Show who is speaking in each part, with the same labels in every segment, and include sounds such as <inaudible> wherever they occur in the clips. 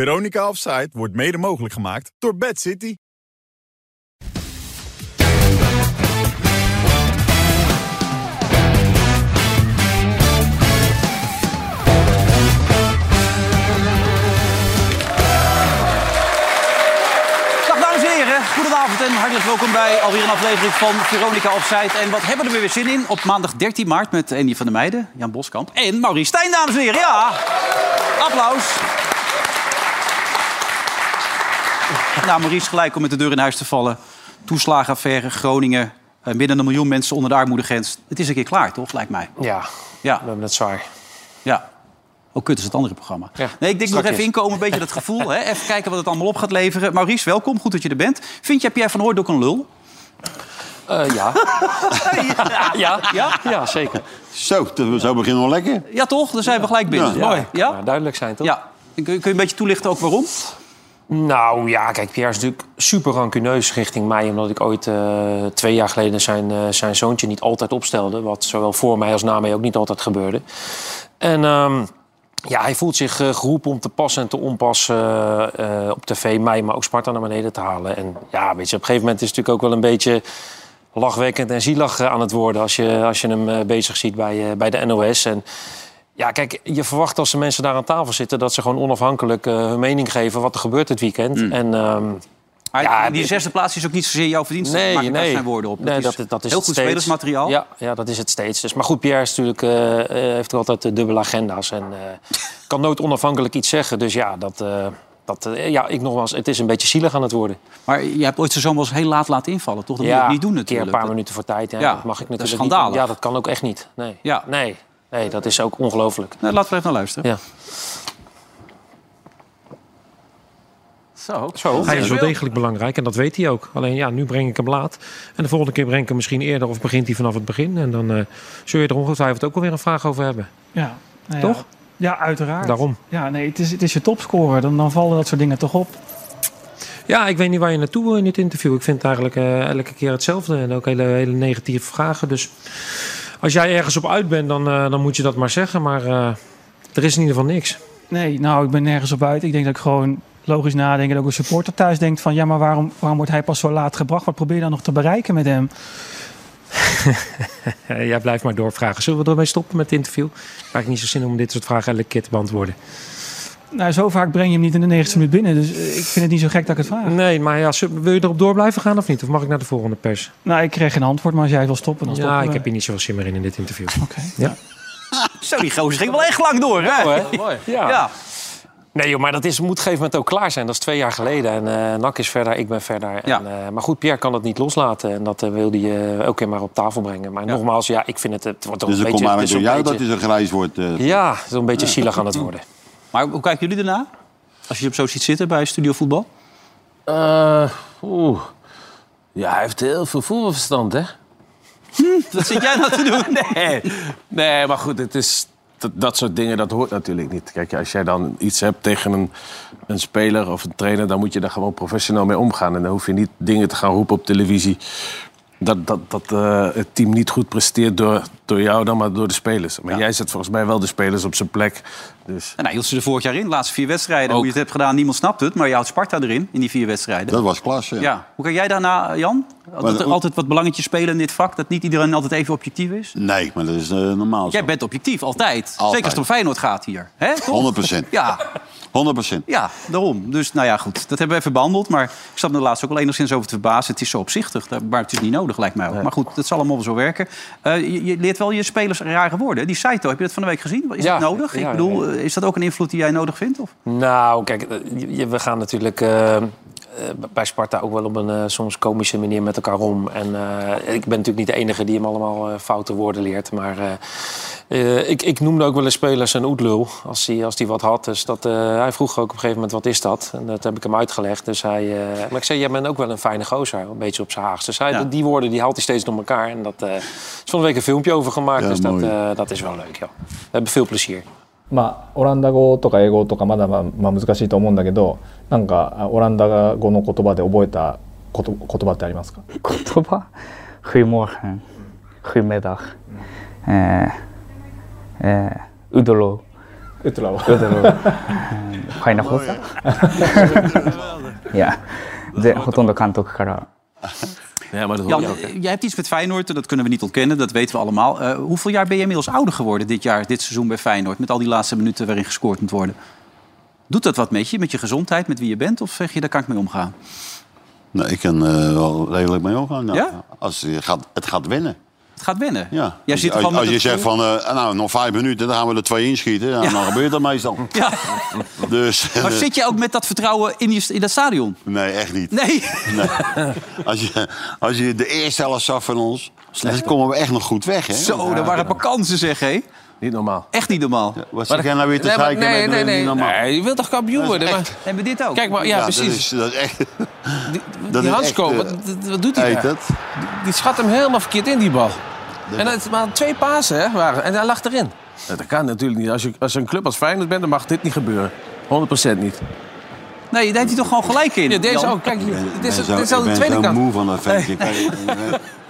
Speaker 1: Veronica Offside wordt mede mogelijk gemaakt door Bad City.
Speaker 2: Dag dames en heren, goedenavond en hartelijk welkom bij alweer een aflevering van Veronica Offside. En wat hebben we er weer zin in op maandag 13 maart met Andy van der Meijden, Jan Boskamp en Maurice Stijn, dames en heren. Ja, applaus. Nou, Maurice, gelijk om met de deur in huis te vallen. Toeslagenaffaire, Groningen, eh, meer dan een miljoen mensen onder de armoedegrens. Het is een keer klaar, toch, lijkt mij.
Speaker 3: Ja,
Speaker 2: Ja.
Speaker 3: we hebben het zwaar.
Speaker 2: Ja. Oh, kut is het andere programma.
Speaker 3: Ja,
Speaker 2: nee, ik denk nog
Speaker 3: strakjes.
Speaker 2: even inkomen, een beetje dat gevoel. Hè? Even kijken wat het allemaal op gaat leveren. Maurice, welkom. Goed dat je er bent. Vind je, heb jij van Hoordok een lul?
Speaker 3: Eh, ja. ja.
Speaker 2: Ja?
Speaker 3: Ja, zeker.
Speaker 4: Zo, dat- zo beginnen we lekker.
Speaker 2: <laughs> Ja, toch? Dan zijn we gelijk binnen.
Speaker 4: Ja.
Speaker 2: Mooi.
Speaker 3: Ja?
Speaker 2: Ja?
Speaker 3: duidelijk zijn, toch?
Speaker 2: ja. En Kun je kun je een beetje toelichten ook waarom?
Speaker 3: Nou ja, kijk, Pierre is natuurlijk super rancuneus richting mij. Omdat ik ooit eh, twee jaar geleden zijn, eh, zijn zoontje niet altijd opstelde. Wat zowel voor mij als na mij ook niet altijd gebeurde. En ehm, ja, hij voelt zich eh, geroepen om te passen en te onpassen eh, eh, op tv. Mij, maar ook Sparta naar beneden te halen. En ja, weet je, op een gegeven moment is het natuurlijk ook wel een beetje lachwekkend en zielig eh, aan het worden. Als je, als je hem eh, bezig ziet bij, eh, bij de NOS. En ja, kijk, je verwacht als de mensen daar aan tafel zitten... dat ze gewoon onafhankelijk eh, hun mening geven wat er gebeurt dit weekend.
Speaker 2: Mm.
Speaker 3: En ehm,
Speaker 2: Maar
Speaker 3: Ja,
Speaker 2: die
Speaker 3: ik-
Speaker 2: zesde plaats is ook niet zozeer jouw verdienste.
Speaker 3: nee,
Speaker 2: Maak ik daar
Speaker 3: nee.
Speaker 2: zijn woorden op.
Speaker 3: Nee, dat, is- dat
Speaker 2: heel
Speaker 3: is het
Speaker 2: goed
Speaker 3: steeds.
Speaker 2: spelersmateriaal.
Speaker 3: Ja, ja, dat is het steeds. Dus, maar goed, Pierre is natuurlijk, eh, eh, heeft ook altijd eh, dubbele agenda's. En
Speaker 2: <laughs>
Speaker 3: eh, kan nooit onafhankelijk iets zeggen. Dus ja, dat, eh, dat, eh, ja, ik nogmaals, het is een beetje zielig aan het worden.
Speaker 2: Maar je hebt ooit de zomer wel eens heel laat laten invallen, toch? Dat moet je ook niet doen
Speaker 3: een keer
Speaker 2: natuurlijk.
Speaker 3: een paar
Speaker 2: Dat-
Speaker 3: minuten voor tijd. Ja,
Speaker 2: Ja,
Speaker 3: dat mag ik
Speaker 2: dat is
Speaker 3: natuurlijk niet.
Speaker 2: schandalig.
Speaker 3: Ja, dat kan ook echt niet. Nee,
Speaker 2: Ja.
Speaker 3: nee. nee dat is ook ongelooflijk.
Speaker 2: Nou, laten we even naar luisteren.
Speaker 3: Ja.
Speaker 2: Zo.
Speaker 3: Zo.
Speaker 5: Hij is wel degelijk belangrijk en dat weet hij ook. Alleen ja, nu breng ik hem laat. En de volgende keer breng ik hem misschien eerder of begint hij vanaf het begin. En dan eh, zul je er ongetwijfeld ook alweer een vraag over hebben.
Speaker 6: Ja. nou ja.
Speaker 5: Toch?
Speaker 6: Ja, uiteraard.
Speaker 5: Daarom.
Speaker 6: Ja, nee, het is, het is je topscorer. Dan, dan vallen dat soort dingen toch op.
Speaker 5: Ja, ik weet niet waar je naartoe wil in dit interview. Ik vind het eigenlijk eh, elke keer hetzelfde. En ook hele, hele negatieve vragen. Dus als jij ergens op uit bent, dan, eh, dan moet je dat maar zeggen. Maar eh, er is in ieder geval niks.
Speaker 6: Nee, nou, ik ben nergens op uit. Ik denk dat ik gewoon logisch nadenk. En ook een supporter thuis denkt van... ja, maar waarom, waarom wordt hij pas zo laat gebracht? Wat probeer je dan nog te bereiken met hem?
Speaker 5: Eh, jij blijft maar doorvragen. Zullen we ermee stoppen met het interview? Maakt niet zo zin om dit soort vragen elke keer te beantwoorden.
Speaker 6: Nou, zo vaak breng je hem niet in de 90 minuut binnen. Dus eh, ik vind het niet zo gek dat ik het vraag.
Speaker 5: Nee, maar ja, zul- wil je erop door blijven gaan of niet? Of mag ik naar de volgende pers?
Speaker 6: Nou, ik kreeg geen antwoord. Maar als jij wil stoppen, dan stoppen
Speaker 5: Ja, ik
Speaker 6: we.
Speaker 5: heb hier niet zoveel zin meer in in dit interview.
Speaker 6: Oké.
Speaker 2: Zo, die gozer ging wel echt lang door, hè?
Speaker 3: Mooi.
Speaker 2: Ja.
Speaker 3: Nee, joh, maar dat is, moet op een gegeven moment ook klaar zijn. Dat is twee jaar geleden. En eh Nak is verder, ik ben verder. En,
Speaker 2: Ja.
Speaker 3: eh, maar goed, Pierre kan dat niet loslaten. En dat eh, wil hij eh, ook weer maar op tafel brengen. Maar nogmaals, ja, ik vind het... Het wordt toch
Speaker 4: Dus
Speaker 3: een
Speaker 4: dat
Speaker 3: beetje...
Speaker 4: komt
Speaker 3: het
Speaker 4: maar
Speaker 3: is
Speaker 4: door
Speaker 3: een
Speaker 4: jou dat
Speaker 3: beetje-
Speaker 4: hij zo grijs wordt. eh.
Speaker 3: Ja, het is een beetje zielig aan het worden.
Speaker 2: Maar hoe kijken jullie erna? Als je hem zo ziet zitten bij Studio Voetbal?
Speaker 7: Eh, Oeh. Ja, hij heeft heel veel voetbalverstand, hè?
Speaker 2: Dat zit jij nou te doen? <laughs> Nee.
Speaker 7: Eh, Nee, maar goed, het is, dat, dat soort dingen, dat hoort natuurlijk niet. Kijk, als jij dan iets hebt tegen een, een speler of een trainer... dan moet je daar gewoon professioneel mee omgaan. En dan hoef je niet dingen te gaan roepen op televisie... dat, dat, dat eh, het team niet goed presteert door, door jou dan, maar door de spelers. Maar jij zet volgens mij wel de spelers op zijn plek. Dus
Speaker 2: Nou, hield ze er vorig jaar in, de laatste vier wedstrijden. Hoe je het hebt gedaan, niemand snapt het. Maar je houdt Sparta erin, in die vier wedstrijden.
Speaker 4: Dat was klasse.
Speaker 2: Ja. Hoe kijk jij daarna, Jan? Dat
Speaker 4: dat-
Speaker 2: er altijd wat belangetjes spelen in dit vak. Dat niet iedereen altijd even objectief is.
Speaker 4: Nee, maar dat is eh, normaal. zo.
Speaker 2: Jij bent objectief, altijd. Zeker als
Speaker 4: Altijd.
Speaker 2: het om Feyenoord gaat hier. hè? Toch?
Speaker 4: 100%.
Speaker 2: Ja,
Speaker 4: 100%.
Speaker 2: ja, daarom. Dus nou ja, goed. Dat hebben we even behandeld. Maar ik zat me er laatst ook al enigszins over te verbazen. Het is zo opzichtig. daar- Maar het is niet nodig, lijkt mij ook. Maar goed, dat zal allemaal wel zo werken. Eh, je, je leert wel je spelers rare woorden. hè? Die Saito, heb je dat van de week gezien? Is
Speaker 3: Ja,
Speaker 2: dat nodig?
Speaker 3: ja,
Speaker 2: ik bedoel, eh, is dat ook een invloed die jij nodig vindt? Of?
Speaker 3: Nou, kijk, eh, je- we gaan natuurlijk eh, eh, bij Sparta ook wel op een eh, soms komische manier met elkaar om. En eh, ik ben natuurlijk niet de enige die hem allemaal eh, foute woorden leert. Maar eh, eh, ik, ik noemde ook wel eens spelers een oetlul als hij als die wat had. Dus dat, eh, hij vroeg ook op een gegeven moment wat is dat? En dat heb ik hem uitgelegd. Dus hij, eh, maar ik zei, jij bent ook wel een fijne gozer, een beetje op zijn haagst. Dus hij,
Speaker 2: Ja.
Speaker 3: die woorden die haalt hij steeds door elkaar. En dat eh, er is van de week een filmpje over gemaakt.
Speaker 4: Ja,
Speaker 3: dus dat,
Speaker 4: mooi.
Speaker 3: eh, dat is wel leuk, joh. We hebben veel plezier.
Speaker 8: まあ、オランダ語とか英語とかまだまあ、まあ、難しいと思うんだけどなんかあオランダ語の言葉で覚えたこと言葉ってありますか
Speaker 9: 言葉 Goedemorgen. Goedemiddag. Eh, eh, Oedelo.
Speaker 8: ウトラは
Speaker 9: Fijne god. <laughs> ja, de, Hotondo Kantok Kara.
Speaker 7: Ja, maar dat hoor
Speaker 2: Jan, eh,
Speaker 7: je ook. hè.
Speaker 2: jij hebt iets met Feyenoord, en dat kunnen we niet ontkennen, dat weten we allemaal. Eh, hoeveel jaar ben je inmiddels ouder geworden dit jaar, dit seizoen bij Feyenoord? Met al die laatste minuten waarin gescoord moet worden. Doet dat wat met je, met je gezondheid, met wie je bent? Of zeg je, daar kan ik mee omgaan?
Speaker 4: Nou, ik kan eh, wel redelijk mee omgaan. Nou,
Speaker 2: Ja?
Speaker 4: als je gaat, het gaat winnen.
Speaker 2: Het gaat wennen.
Speaker 4: Ja.
Speaker 2: Jij
Speaker 4: Als je-
Speaker 2: zit er
Speaker 4: als,
Speaker 2: gewoon
Speaker 4: als
Speaker 2: met
Speaker 4: je
Speaker 2: het
Speaker 4: zegt van, eh, nou, nog vijf minuten, dan gaan we er twee inschieten. Nou,
Speaker 2: Ja.
Speaker 4: Dan gebeurt dat
Speaker 2: <laughs>
Speaker 4: meestal.
Speaker 2: Ja.
Speaker 4: <laughs> Dus,
Speaker 2: Maar zit je ook met dat vertrouwen in, je, in dat stadion?
Speaker 4: nee, echt niet.
Speaker 2: Nee.
Speaker 4: Als je, als je de eerste helft zag van ons, dan komen we echt nog goed weg. Hè?
Speaker 2: Zo, er waren vakanties zeg, hé.
Speaker 7: Niet normaal.
Speaker 2: Echt niet normaal.
Speaker 4: Wat zeg jij nou weer te
Speaker 7: nee, maar-
Speaker 4: zeiken
Speaker 7: nee,
Speaker 4: met,
Speaker 7: nee,
Speaker 4: eh,
Speaker 7: nee,
Speaker 4: niet normaal?
Speaker 7: nee, je wilt toch kampioen worden?
Speaker 4: echt-
Speaker 7: Maar,
Speaker 2: Hebben we dit ook?
Speaker 7: kijk maar, ja,
Speaker 4: Ja,
Speaker 7: precies.
Speaker 4: Dat is, dat is echt...
Speaker 7: die
Speaker 4: dat
Speaker 7: die
Speaker 4: is
Speaker 7: Hansko,
Speaker 4: echt,
Speaker 7: wat,
Speaker 4: eh,
Speaker 7: wat- wat doet hij
Speaker 4: Heet
Speaker 7: daar?
Speaker 4: dat?
Speaker 7: Die schat hem helemaal verkeerd in, die bal. En dat maar twee pasen hè, waren, en hij lag erin. Dat kan natuurlijk niet. Als je, als je een club als Feyenoord bent, dan mag dit niet gebeuren. 100% niet.
Speaker 2: Nee, daar heeft hij toch gewoon gelijk in.
Speaker 7: Ja, deze
Speaker 2: Jan?
Speaker 7: ook. Kijk,
Speaker 4: Ik
Speaker 7: dit
Speaker 4: ben
Speaker 7: is,
Speaker 4: zo-
Speaker 7: dit is al
Speaker 4: ik
Speaker 7: de
Speaker 4: ben
Speaker 7: tweede
Speaker 4: zo
Speaker 7: kant.
Speaker 4: moe van dat ventje. Kijk,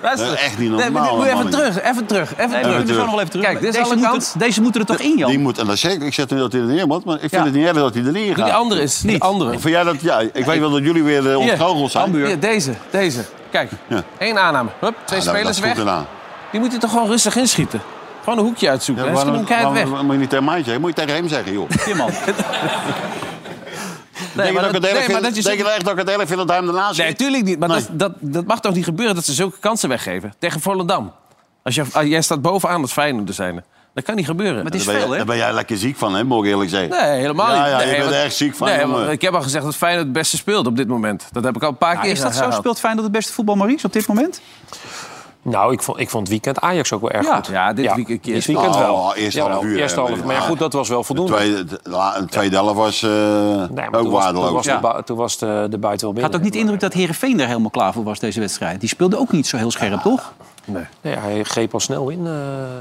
Speaker 7: Luister.
Speaker 4: Dat is echt niet
Speaker 7: Nee, maar dit
Speaker 4: normaal,
Speaker 7: moet even
Speaker 4: man.
Speaker 7: terug, even terug, even
Speaker 2: Nee, we
Speaker 7: terug.
Speaker 2: kunnen er zo
Speaker 4: terug.
Speaker 2: nog wel even terug.
Speaker 7: Kijk, dit is
Speaker 2: deze,
Speaker 7: alle
Speaker 2: moeten-
Speaker 7: kant.
Speaker 2: deze moeten er toch in, Jan?
Speaker 4: Die moet, en dat zeg ik, ik zet hem dat hij er neer moet, maar ik vind
Speaker 2: Ja.
Speaker 4: het eh, niet erg dat hij er neer
Speaker 7: Doe
Speaker 4: gaat.
Speaker 7: die andere is, die
Speaker 2: Niet.
Speaker 7: andere.
Speaker 4: Vind jij dat, ja, ik weet wel dat jullie weer uh,
Speaker 7: Hier.
Speaker 4: ontgoocheld zijn.
Speaker 7: Ja, deze, deze. Kijk,
Speaker 4: Ja.
Speaker 7: één aanname. Hup, twee
Speaker 4: Ja, dat- dat
Speaker 7: spelers
Speaker 4: is
Speaker 7: weg.
Speaker 4: goed gedaan.
Speaker 7: Die moet je toch gewoon rustig inschieten. Gewoon een hoekje uitzoeken.
Speaker 4: Ja,
Speaker 7: en schiet hem
Speaker 4: waarom,
Speaker 7: keihard weg.
Speaker 4: waarom- moet je niet tegen mij zeggen? Moet je tegen hem zeggen, joh.
Speaker 2: Ja, man.
Speaker 4: denk
Speaker 7: maar
Speaker 4: je dat ik het
Speaker 7: dat-
Speaker 4: erg
Speaker 7: nee, maar
Speaker 4: vind-
Speaker 7: dat je
Speaker 4: denk je
Speaker 7: zegt-
Speaker 4: nou echt dat ik het erg vind dat hij hem ernaast
Speaker 7: Nee,
Speaker 4: schiet?
Speaker 7: natuurlijk niet. Maar
Speaker 4: Nee.
Speaker 7: dat, dat, dat mag toch niet gebeuren dat ze zulke kansen weggeven? Tegen Volendam. Als jij, als jij staat bovenaan als Feyenoord te zijn. Dat kan niet gebeuren.
Speaker 2: Maar het is
Speaker 4: Daar ben,
Speaker 2: veel,
Speaker 4: je,
Speaker 2: hè?
Speaker 4: daar ben jij lekker ziek van, hè, moet ik eerlijk zeggen.
Speaker 7: Nee, helemaal
Speaker 4: Ja,
Speaker 7: niet.
Speaker 4: ja, je
Speaker 7: nee,
Speaker 4: bent
Speaker 7: want-
Speaker 4: er echt ziek van,
Speaker 7: Nee,
Speaker 4: jongen.
Speaker 7: want ik heb al gezegd dat Feyenoord het beste speelt op dit moment. Dat heb ik al een paar
Speaker 2: Ja,
Speaker 7: keer
Speaker 2: is dat zo?
Speaker 7: gehaald.
Speaker 2: Speelt Feyenoord het beste voetbal, Maurice, op dit moment?
Speaker 3: Nou, ik vond, ik vond het weekend Ajax ook wel erg
Speaker 7: Ja.
Speaker 3: goed.
Speaker 7: Ja, dit weekend-
Speaker 3: dit weekend
Speaker 4: Oh,
Speaker 3: wel.
Speaker 4: eerste
Speaker 3: Jawel,
Speaker 4: half uur,
Speaker 3: Eerste
Speaker 4: hè.
Speaker 3: half, maar ja, goed, dat was wel
Speaker 4: De
Speaker 3: voldoende.
Speaker 4: tweede, de, la- de tweede helft was eh,
Speaker 3: Nee, maar
Speaker 4: ook
Speaker 3: toen was, toen was,
Speaker 4: waardeloos.
Speaker 3: de, bui- toen was de, de buiten wel
Speaker 2: Ik
Speaker 3: binnen.
Speaker 2: had ook niet de indruk dat Herenveen er helemaal klaar voor was deze wedstrijd. Die speelde ook niet zo heel scherp, toch?
Speaker 3: Nee, hij greep al snel in, eh,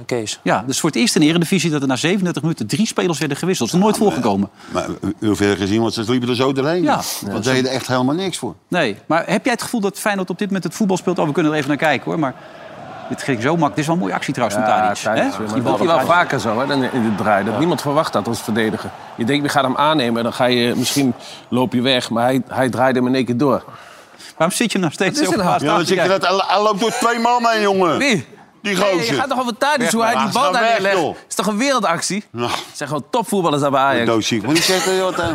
Speaker 3: Kees.
Speaker 2: Ja, dus voor het eerst in de Eredivisie dat er na 37 minuten drie spelers werden gewisseld. Dat is nooit voorgekomen.
Speaker 4: Maar u heeft gezien, want ze liepen er zo doorheen.
Speaker 2: Ja.
Speaker 4: Want ze deden echt helemaal niks voor.
Speaker 2: Nee, maar heb jij het gevoel dat Feyenoord op dit moment het voetbal speelt? Oh, we kunnen er even naar kijken hoor, maar dit ging zo makkelijk. Dit is wel een mooie actie trouwens van Tadic. hè? Die
Speaker 7: Die
Speaker 2: bal
Speaker 7: doet hij
Speaker 2: van
Speaker 7: wel
Speaker 2: Tadic.
Speaker 7: vaker zo, hè, dan in de draai. Dat niemand verwacht dat als verdediger. Je denkt, je gaat hem aannemen en dan ga je, misschien loop je weg. Maar hij, hij draait hem in één keer door.
Speaker 2: Waarom zit je nou steeds
Speaker 7: Wat is
Speaker 2: zo
Speaker 7: er
Speaker 2: verbaasd?
Speaker 4: Ja, dan zit je net, hij hij loopt door twee man heen, jongen.
Speaker 7: Wie?
Speaker 4: Die
Speaker 7: Nee, je
Speaker 4: gozer.
Speaker 7: gaat toch over Tadic, hoe hij
Speaker 4: maar.
Speaker 7: die bal
Speaker 4: Ga
Speaker 7: daar
Speaker 4: weg,
Speaker 7: neerlegt.
Speaker 4: joh.
Speaker 7: is toch een wereldactie?
Speaker 4: Nou,
Speaker 7: Het zijn gewoon topvoetballers daar bij Ajax.
Speaker 4: doodziek. Moet ik zeggen, wat eh,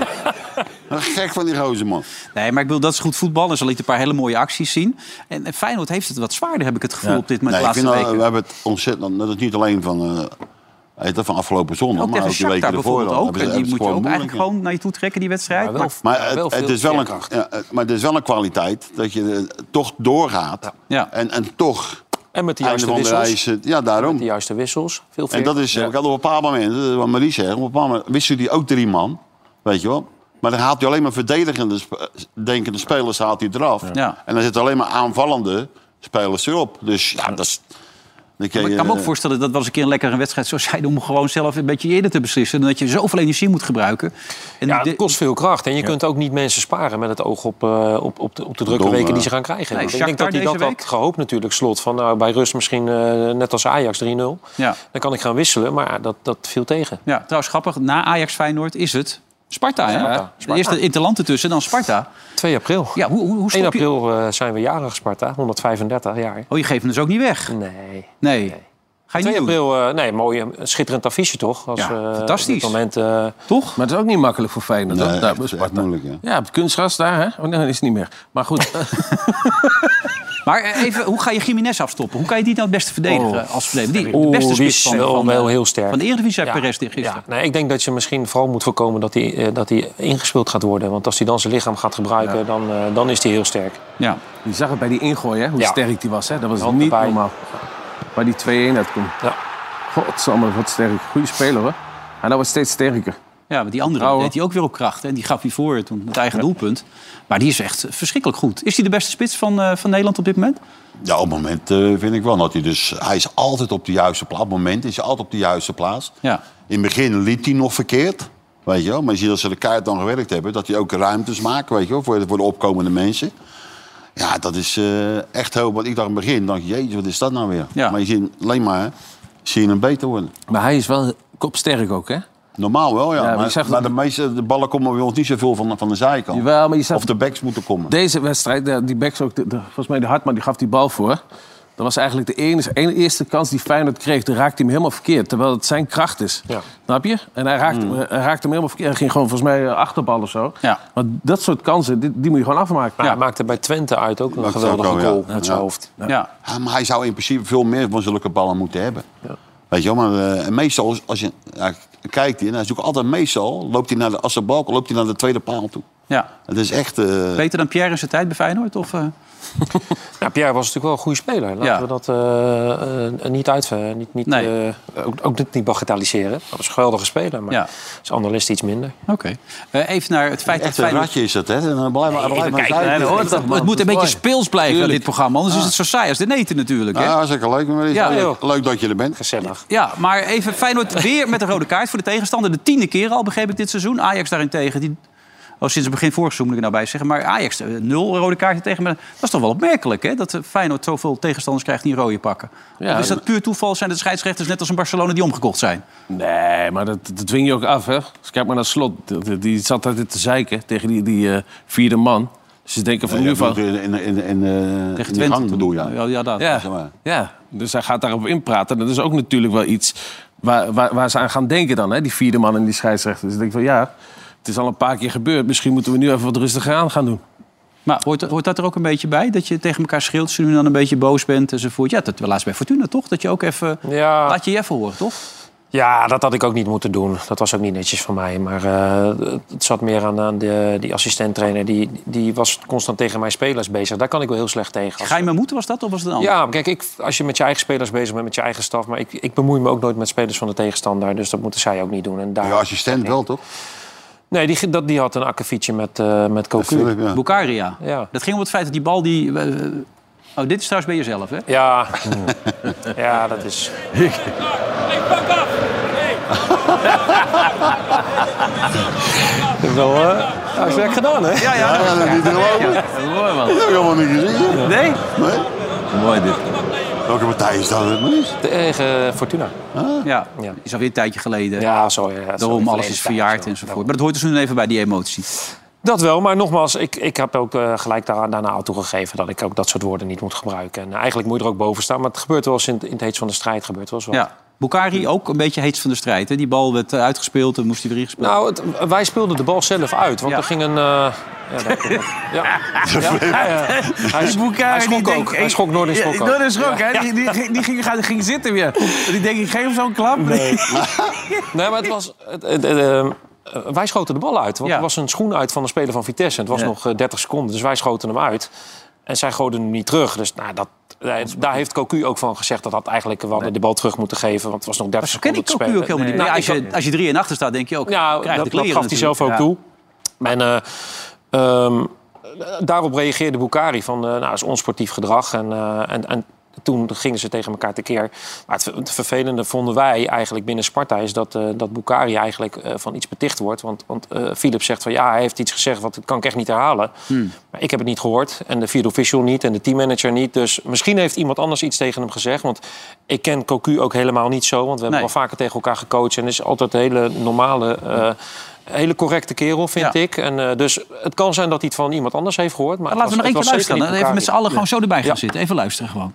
Speaker 4: wat gek van die gozer, man.
Speaker 2: Nee, maar ik bedoel, dat is goed voetbal. En ze liet een paar hele mooie acties zien. En, en Feyenoord heeft het wat zwaarder, heb ik het gevoel, op dit moment
Speaker 4: Nee,
Speaker 2: de
Speaker 4: ik
Speaker 2: laatste
Speaker 4: vind eh,
Speaker 2: weken.
Speaker 4: dat, we hebben het ontzettend. Dat is niet alleen van, eh, heet dat, van afgelopen zondag,
Speaker 2: Ook
Speaker 4: maar
Speaker 2: tegen
Speaker 4: ook de weken
Speaker 2: Shakhtar
Speaker 4: ervoor.
Speaker 2: bijvoorbeeld
Speaker 4: al.
Speaker 2: ook. eh,
Speaker 4: Hebben
Speaker 2: Die
Speaker 4: ze- hebben
Speaker 2: moet
Speaker 4: ze
Speaker 2: je ook eigenlijk
Speaker 4: moeilijk, ja.
Speaker 2: gewoon naar je toe trekken, die wedstrijd.
Speaker 3: Ja, wel
Speaker 2: Maar-
Speaker 4: Maar
Speaker 3: wel
Speaker 4: het,
Speaker 3: veel
Speaker 4: het is wel een,
Speaker 3: veerkracht.
Speaker 4: ja, eh, maar het is wel een kwaliteit dat je eh, toch doorgaat.
Speaker 2: Ja.
Speaker 4: En, en toch,
Speaker 3: En met de
Speaker 4: einde
Speaker 3: juiste
Speaker 4: van de
Speaker 3: wissels.
Speaker 4: reis. eh, Ja, daarom.
Speaker 3: De juiste wissels. Veel
Speaker 4: En dat is, ik had op een paar momenten, wat Marie zegt, op een paar momenten wisten die ook drie man, weet je wel. Maar dan haalt hij alleen maar verdedigende, sp- eh, denkende spelers haalt hij eraf.
Speaker 2: Ja.
Speaker 4: En dan zitten alleen maar aanvallende spelers erop. Dus ja, dat is... dan kun
Speaker 2: Maar
Speaker 4: je-
Speaker 2: ik kan me ook voorstellen dat was een keer een lekkere wedstrijd zoals zij om gewoon zelf een beetje eerder te beslissen. Dan dat je zoveel energie moet gebruiken. En
Speaker 3: Ja,
Speaker 2: de-
Speaker 3: het kost veel kracht. En je kunt ook niet mensen sparen met het oog op, eh, op, op, de, op de drukke
Speaker 4: Dom,
Speaker 3: weken die
Speaker 4: eh.
Speaker 3: ze gaan krijgen.
Speaker 2: Nee,
Speaker 3: ik denk
Speaker 2: Shakhtar
Speaker 3: dat hij dat
Speaker 2: deze
Speaker 3: had
Speaker 2: week.
Speaker 3: gehoopt natuurlijk, slot. Van nou, bij rust misschien eh, net als Ajax 3-0.
Speaker 2: Ja.
Speaker 3: Dan kan ik gaan wisselen, maar dat, dat viel tegen.
Speaker 2: ja, trouwens grappig, na Ajax Feyenoord is het Sparta. Hè?
Speaker 3: Sparta.
Speaker 2: De eerste Interland ertussen, dan Sparta.
Speaker 3: 2 april.
Speaker 2: Ja, hoe, hoe, hoe
Speaker 3: 1
Speaker 2: stop je...
Speaker 3: april eh, zijn we jarig Sparta, 135 jaar.
Speaker 2: Oh, je geeft hem dus ook niet weg.
Speaker 3: Nee.
Speaker 2: Nee. Ga je
Speaker 3: 2
Speaker 2: niet doen,
Speaker 3: april, eh, nee, mooi, eh, schitterend affiche toch? Als,
Speaker 2: Ja,
Speaker 3: eh,
Speaker 2: fantastisch.
Speaker 3: Op dit moment, eh,
Speaker 2: toch?
Speaker 7: Maar het is ook niet makkelijk voor Feyenoord.
Speaker 4: Nee,
Speaker 7: hoor.
Speaker 4: echt-
Speaker 7: daar, bij
Speaker 4: echt
Speaker 7: Sparta.
Speaker 4: moeilijk, ja.
Speaker 7: Ja, op kunstgras daar, hè? Oh, nee, dat is het niet meer. Maar goed, eh,
Speaker 2: Maar eh, even, hoe ga je Jiménez afstoppen? Hoe kan je die nou het beste verdedigen als verdediger? Die, de
Speaker 3: Oh. Oeh,
Speaker 2: beste
Speaker 3: die
Speaker 2: spits
Speaker 3: is
Speaker 2: van,
Speaker 3: wel-
Speaker 2: van,
Speaker 3: wel
Speaker 2: eh,
Speaker 3: heel sterk.
Speaker 2: Van de Eredivisie
Speaker 3: Ja,
Speaker 2: ja. Perez dit gisteren.
Speaker 3: Ja. Nee, ik denk dat je misschien vooral moet voorkomen dat hij, eh, dat hij ingespeeld gaat worden. Want als hij dan zijn lichaam gaat gebruiken, dan, eh, dan is hij heel sterk.
Speaker 2: Ja.
Speaker 7: je zag het bij die ingooi, hè? Hoe
Speaker 3: Ja.
Speaker 7: sterk die was, hè? Dat was
Speaker 3: Hand
Speaker 7: niet
Speaker 3: erbij.
Speaker 7: normaal. Waar die 2-1 uitkomt.
Speaker 3: Ja.
Speaker 7: Godsamme, wat sterk. Goeie speler, hoor. Hij dat wordt steeds sterker.
Speaker 2: Ja, maar die andere
Speaker 3: Oh.
Speaker 7: Trouwen.
Speaker 2: deed hij ook weer op kracht. En die gaf hij voor toen het eigen doelpunt. Maar die is echt verschrikkelijk goed. Is hij de beste spits van, eh, van Nederland op dit moment?
Speaker 4: Ja, op het moment eh, vind ik wel dat hij dus... Hij is altijd op de juiste plaats. Op het moment is hij altijd op de juiste plaats.
Speaker 2: Ja.
Speaker 4: In het begin liep hij nog verkeerd. Weet je wel? Maar je ziet dat ze de kaart dan gewerkt hebben. Dat hij ook ruimtes maakt weet je wel, voor, de, voor de opkomende mensen. Ja, dat is eh, echt heel... Want ik dacht in het begin, dacht, jezus, wat is dat nou weer?
Speaker 2: Ja.
Speaker 4: Maar je ziet alleen maar, hè, zie je hem beter worden.
Speaker 7: Maar hij is wel kopsterk ook, hè?
Speaker 4: Normaal wel, ja.
Speaker 7: Ja, wie
Speaker 4: maar
Speaker 7: zegt
Speaker 4: maar
Speaker 7: dat-
Speaker 4: de meeste de ballen komen bij ons niet zoveel van, van de zijkant.
Speaker 7: Jawel, maar je zegt-
Speaker 4: Of de backs moeten komen.
Speaker 7: Deze wedstrijd, de- die backs ook, de- de- volgens mij de Hartman die gaf die bal voor. Dat was eigenlijk de enige, ene- eerste kans die Feyenoord kreeg. Daar raakte hij hem helemaal verkeerd, terwijl het zijn kracht is.
Speaker 3: Ja.
Speaker 7: Snap je? En hij raakte, hem- hij raakte hem helemaal verkeerd. Hij ging gewoon volgens mij eh, achterbal of zo.
Speaker 2: Ja.
Speaker 7: Maar dat soort kansen, die, die moet je gewoon afmaken.
Speaker 3: Maar hij maakte bij Twente uit ook een
Speaker 4: Maakte
Speaker 3: geweldige
Speaker 4: ook al, ja.
Speaker 3: goal met zijn
Speaker 4: Ja.
Speaker 3: hoofd.
Speaker 2: Ja.
Speaker 4: Ja, maar hij zou in principe veel meer van zulke ballen moeten hebben. Weet je wel, maar eh, en meestal, is- als je ja, kijkt, hij zoekt altijd meestal, loopt hij naar de, als de bal komt, loopt hij naar de tweede paal toe.
Speaker 2: ja.
Speaker 4: Het is echt... eh,
Speaker 2: Beter dan Pierre in zijn tijd bij Feyenoord? Of, eh?
Speaker 3: Nou, Pierre was natuurlijk wel een goede speler. Laten
Speaker 2: Ja.
Speaker 3: we dat eh, eh, niet uit... eh, Niet, niet,
Speaker 2: Nee.
Speaker 3: eh, ook, ook dit niet bagatelliseren. Dat was een geweldige speler, maar
Speaker 2: Ja.
Speaker 3: als analist iets minder.
Speaker 2: Oké. Eh, even naar het feit dat
Speaker 4: Echt een
Speaker 2: Feyenoord...
Speaker 4: ratje is dat, hè? Dan blijf maar, blijf maar
Speaker 2: Nee,
Speaker 4: kijken.
Speaker 2: hoor, het, het moet een beetje speels blijven,
Speaker 7: Tuurlijk.
Speaker 2: dit programma. Anders is het zo saai als de neten natuurlijk. Hè?
Speaker 4: Ja, hartstikke leuk. maar het is
Speaker 2: Ja,
Speaker 4: leuk-
Speaker 2: joh.
Speaker 4: leuk dat je er bent.
Speaker 3: Gezellig.
Speaker 2: Ja, maar even Feyenoord weer met een rode kaart voor de tegenstander. De tiende keer al, begreep ik, dit seizoen. Ajax daarentegen, die... Oh, sinds het begin vorig seizoen moet ik er nou bij zeggen. Maar Ajax, eh, nul rode kaarten tegen. Maar dat is toch wel opmerkelijk, hè? Dat eh, Feyenoord zoveel tegenstanders krijgt die een rode pakken.
Speaker 7: Ja,
Speaker 2: of is dat puur toeval? Zijn de scheidsrechters net als in Barcelona die omgekocht zijn?
Speaker 7: Nee, maar dat, dat dwing je ook af, hè. Dus kijk maar naar Slot. Die, die zat altijd te zeiken tegen die, die eh, vierde man. Dus ze denken van
Speaker 4: Ja,
Speaker 7: nu van...
Speaker 4: dat moet In, in, in, in, eh, in de
Speaker 2: Twente
Speaker 4: gang
Speaker 2: toen.
Speaker 4: bedoel je.
Speaker 2: Ja, ja, dat.
Speaker 7: Ja,
Speaker 4: Zeg maar.
Speaker 7: ja, dus hij gaat daarop inpraten. Dat is ook natuurlijk wel iets waar, waar, waar ze aan gaan denken dan, hè? die vierde man en die scheidsrechter. Dus ik denk van ja, het is al een paar keer gebeurd. Misschien moeten we nu even wat rustiger aan gaan doen.
Speaker 2: Maar hoort, hoort dat er ook een beetje bij? Dat je tegen elkaar schreeuwt, als je nu dan een beetje boos bent enzovoort. Ja, dat wel laatst bij Fortuna, toch? Dat je ook even...
Speaker 3: Ja.
Speaker 2: Laat je je even horen, toch?
Speaker 3: Ja, dat had ik ook niet moeten doen. Dat was ook niet netjes van mij. Maar eh, het zat meer aan, aan de, die assistent-trainer. Die, die was constant tegen mijn spelers bezig. Daar kan ik wel heel slecht tegen. Als-
Speaker 2: Geheime moed was dat of was het een ander?
Speaker 3: Ja, maar kijk, ik, als je met je eigen spelers bezig bent, met je eigen staf. Maar ik, ik bemoei me ook nooit met spelers van de tegenstander. Dus dat moeten zij ook niet doen. En daar,
Speaker 4: Je assistent wel, toch?
Speaker 3: Nee, die, dat, die had een akkefietje met, eh met Cocu.
Speaker 4: Philip, ja.
Speaker 2: Bucaria.
Speaker 3: Ja.
Speaker 2: Dat ging om het feit dat die bal die... eh, oh, dit is trouwens bij jezelf, hè?
Speaker 3: <laughs> Ja. ja, dat
Speaker 2: <laughs>
Speaker 3: is... Ik heb wel eh, huiswerk gedaan, hè?
Speaker 2: Ja, ja.
Speaker 4: Ja, dat is niet te geloven.
Speaker 2: Dat is mooi, man.
Speaker 4: Dat heb ik allemaal niet gezien. joh.
Speaker 2: Nee?
Speaker 4: Nee?
Speaker 7: Mooi dit.
Speaker 4: Welke partij is dat? Het is?
Speaker 3: Tegen Fortuna.
Speaker 2: Ja.
Speaker 3: Ja.
Speaker 2: Is alweer een tijdje geleden.
Speaker 3: Ja, zo. Ja,
Speaker 2: Daarom, alles is verjaard enzovoort. Maar dat hoort dus nu even bij die emotie.
Speaker 3: Dat wel, maar nogmaals, ik, ik heb ook eh, gelijk daaraan, daarna al toegegeven dat ik ook dat soort woorden niet moet gebruiken. En eigenlijk moet je er ook boven staan, maar het gebeurt wel eens in, in het heet van de strijd. Gebeurt wel eens wat.
Speaker 2: Ja. Bucari ook een beetje heets van de strijd. Hè? Die bal werd eh, uitgespeeld en moest hij weer ingespeeld.
Speaker 3: Nou, het- wij speelden de bal zelf uit, want
Speaker 2: Ja.
Speaker 3: er ging een. eh, ja,
Speaker 7: <laughs>
Speaker 3: daar- ja. Ja, ja. Hij, sch- hij schrok ook. Hij schrok Noord en schrok ook.
Speaker 7: is ook, hè? Die, die, ging- die ging, die ging zitten weer. Die denk ik, geef hem zo'n klap.
Speaker 3: <laughs> Nee, maar het was. Het, het- het, eh, eh, wij schoten de bal uit. Want
Speaker 2: Ja.
Speaker 3: er was een schoen uit van een speler van Vitesse. En het was
Speaker 2: Ja.
Speaker 3: nog eh, 30 seconden. Dus wij schoten hem uit. En zij gooiden hem niet terug. Dus nou, dat, eh, daar heeft Cocu ook van gezegd. Dat had eigenlijk, we hadden de bal terug moeten geven. Want Nou, het was nog 30
Speaker 2: Zo ken
Speaker 3: seconden
Speaker 2: ik
Speaker 3: te
Speaker 2: ook
Speaker 3: spelen.
Speaker 2: nu ook helemaal niet.
Speaker 3: Nee.
Speaker 2: Ja, als,
Speaker 3: Nou, ik
Speaker 2: je, als je drie en achter staat, denk je ook.
Speaker 3: ja,
Speaker 2: krijg
Speaker 3: dat,
Speaker 2: de
Speaker 3: dat
Speaker 2: kleren
Speaker 3: gaf hij zelf ook
Speaker 2: natuurlijk.
Speaker 3: toe. En eh, ehm, daarop reageerde Bukari van, eh nou, dat is onsportief gedrag. En, eh, en, en toen gingen ze tegen elkaar tekeer. Maar het, ver- het vervelende vonden wij eigenlijk binnen Sparta... is dat, eh dat Bukari eigenlijk eh, van iets beticht wordt. Want, want eh Philip zegt van, ja, hij heeft iets gezegd... wat dat kan ik echt niet herhalen. Maar ik heb het niet gehoord. En de vierde official niet. En de teammanager niet. Dus misschien heeft iemand anders iets tegen hem gezegd. Want ik ken Cocu ook helemaal niet zo. Want we hebben
Speaker 2: Nee.
Speaker 3: al vaker tegen elkaar gecoacht. En is altijd een hele normale... eh, hele correcte kerel, vind
Speaker 2: Ja.
Speaker 3: ik. En, eh, dus het kan zijn dat hij het van iemand anders heeft gehoord. Maar
Speaker 2: Maar laten we nog
Speaker 3: het
Speaker 2: één keer
Speaker 3: was- het was zeker
Speaker 2: luisteren.
Speaker 3: niet
Speaker 2: hè? Even met z'n
Speaker 3: Bukari.
Speaker 2: allen gewoon zo erbij gaan
Speaker 3: Ja.
Speaker 2: zitten. Even luisteren gewoon.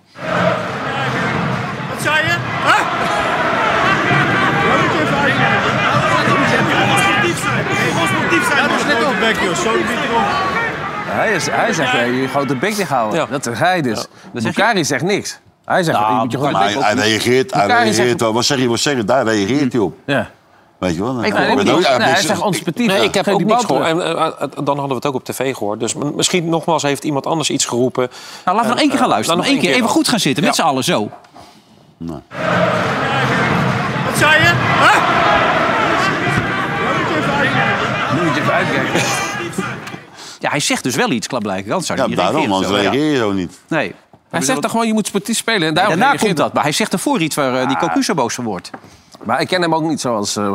Speaker 7: Hij, is, hij zegt, eh, je grote bek dicht houden.
Speaker 3: Ja.
Speaker 7: Dat zegt hij dus.
Speaker 2: zeg je?
Speaker 7: Bukari zegt niks. Hij zegt,
Speaker 2: Nou,
Speaker 7: je moet je gewoon
Speaker 4: Maar
Speaker 7: de
Speaker 4: hij,
Speaker 7: bek
Speaker 4: hij
Speaker 7: op-
Speaker 4: reageert, hij
Speaker 7: Elkaar
Speaker 4: reageert
Speaker 7: zeggen-
Speaker 4: wel. Wat zeg je, wat zeg je? Daar reageert hij op.
Speaker 7: Ja.
Speaker 4: Weet je wel?
Speaker 7: Ik weet ook
Speaker 4: ben
Speaker 7: niet.
Speaker 4: ook dus-
Speaker 7: Nee,
Speaker 4: eigenlijk
Speaker 7: hij
Speaker 4: zo-
Speaker 7: zegt onsportief.
Speaker 3: Nee, ik heb
Speaker 7: Geef
Speaker 3: ook
Speaker 7: die
Speaker 3: niks
Speaker 7: bal terug.
Speaker 3: gehoord. En, eh, eh, eh, dan hadden we het ook op tv gehoord. Dus m- misschien nogmaals heeft iemand anders iets geroepen.
Speaker 2: Nou, laten we nog één keer gaan luisteren. Nog één keer even goed gaan zitten. Met
Speaker 3: Ja.
Speaker 2: z'n allen zo.
Speaker 7: Nu moet je even uitkijken.
Speaker 2: Ja, hij zegt dus wel iets, klaarblijkelijk. Anders zou hij
Speaker 4: Ja,
Speaker 2: niet
Speaker 4: daarom,
Speaker 2: reageren zo. Ja.
Speaker 4: anders reageer je zo niet.
Speaker 2: Nee.
Speaker 7: Hij zegt toch gewoon, je moet sportief spelen. En daarom
Speaker 2: Daarna
Speaker 7: reageert
Speaker 2: komt dat. Maar hij zegt ervoor iets waar
Speaker 4: Ah.
Speaker 2: eh, die Cocu zo boos van wordt.
Speaker 7: Maar ik ken hem ook niet zoals eh,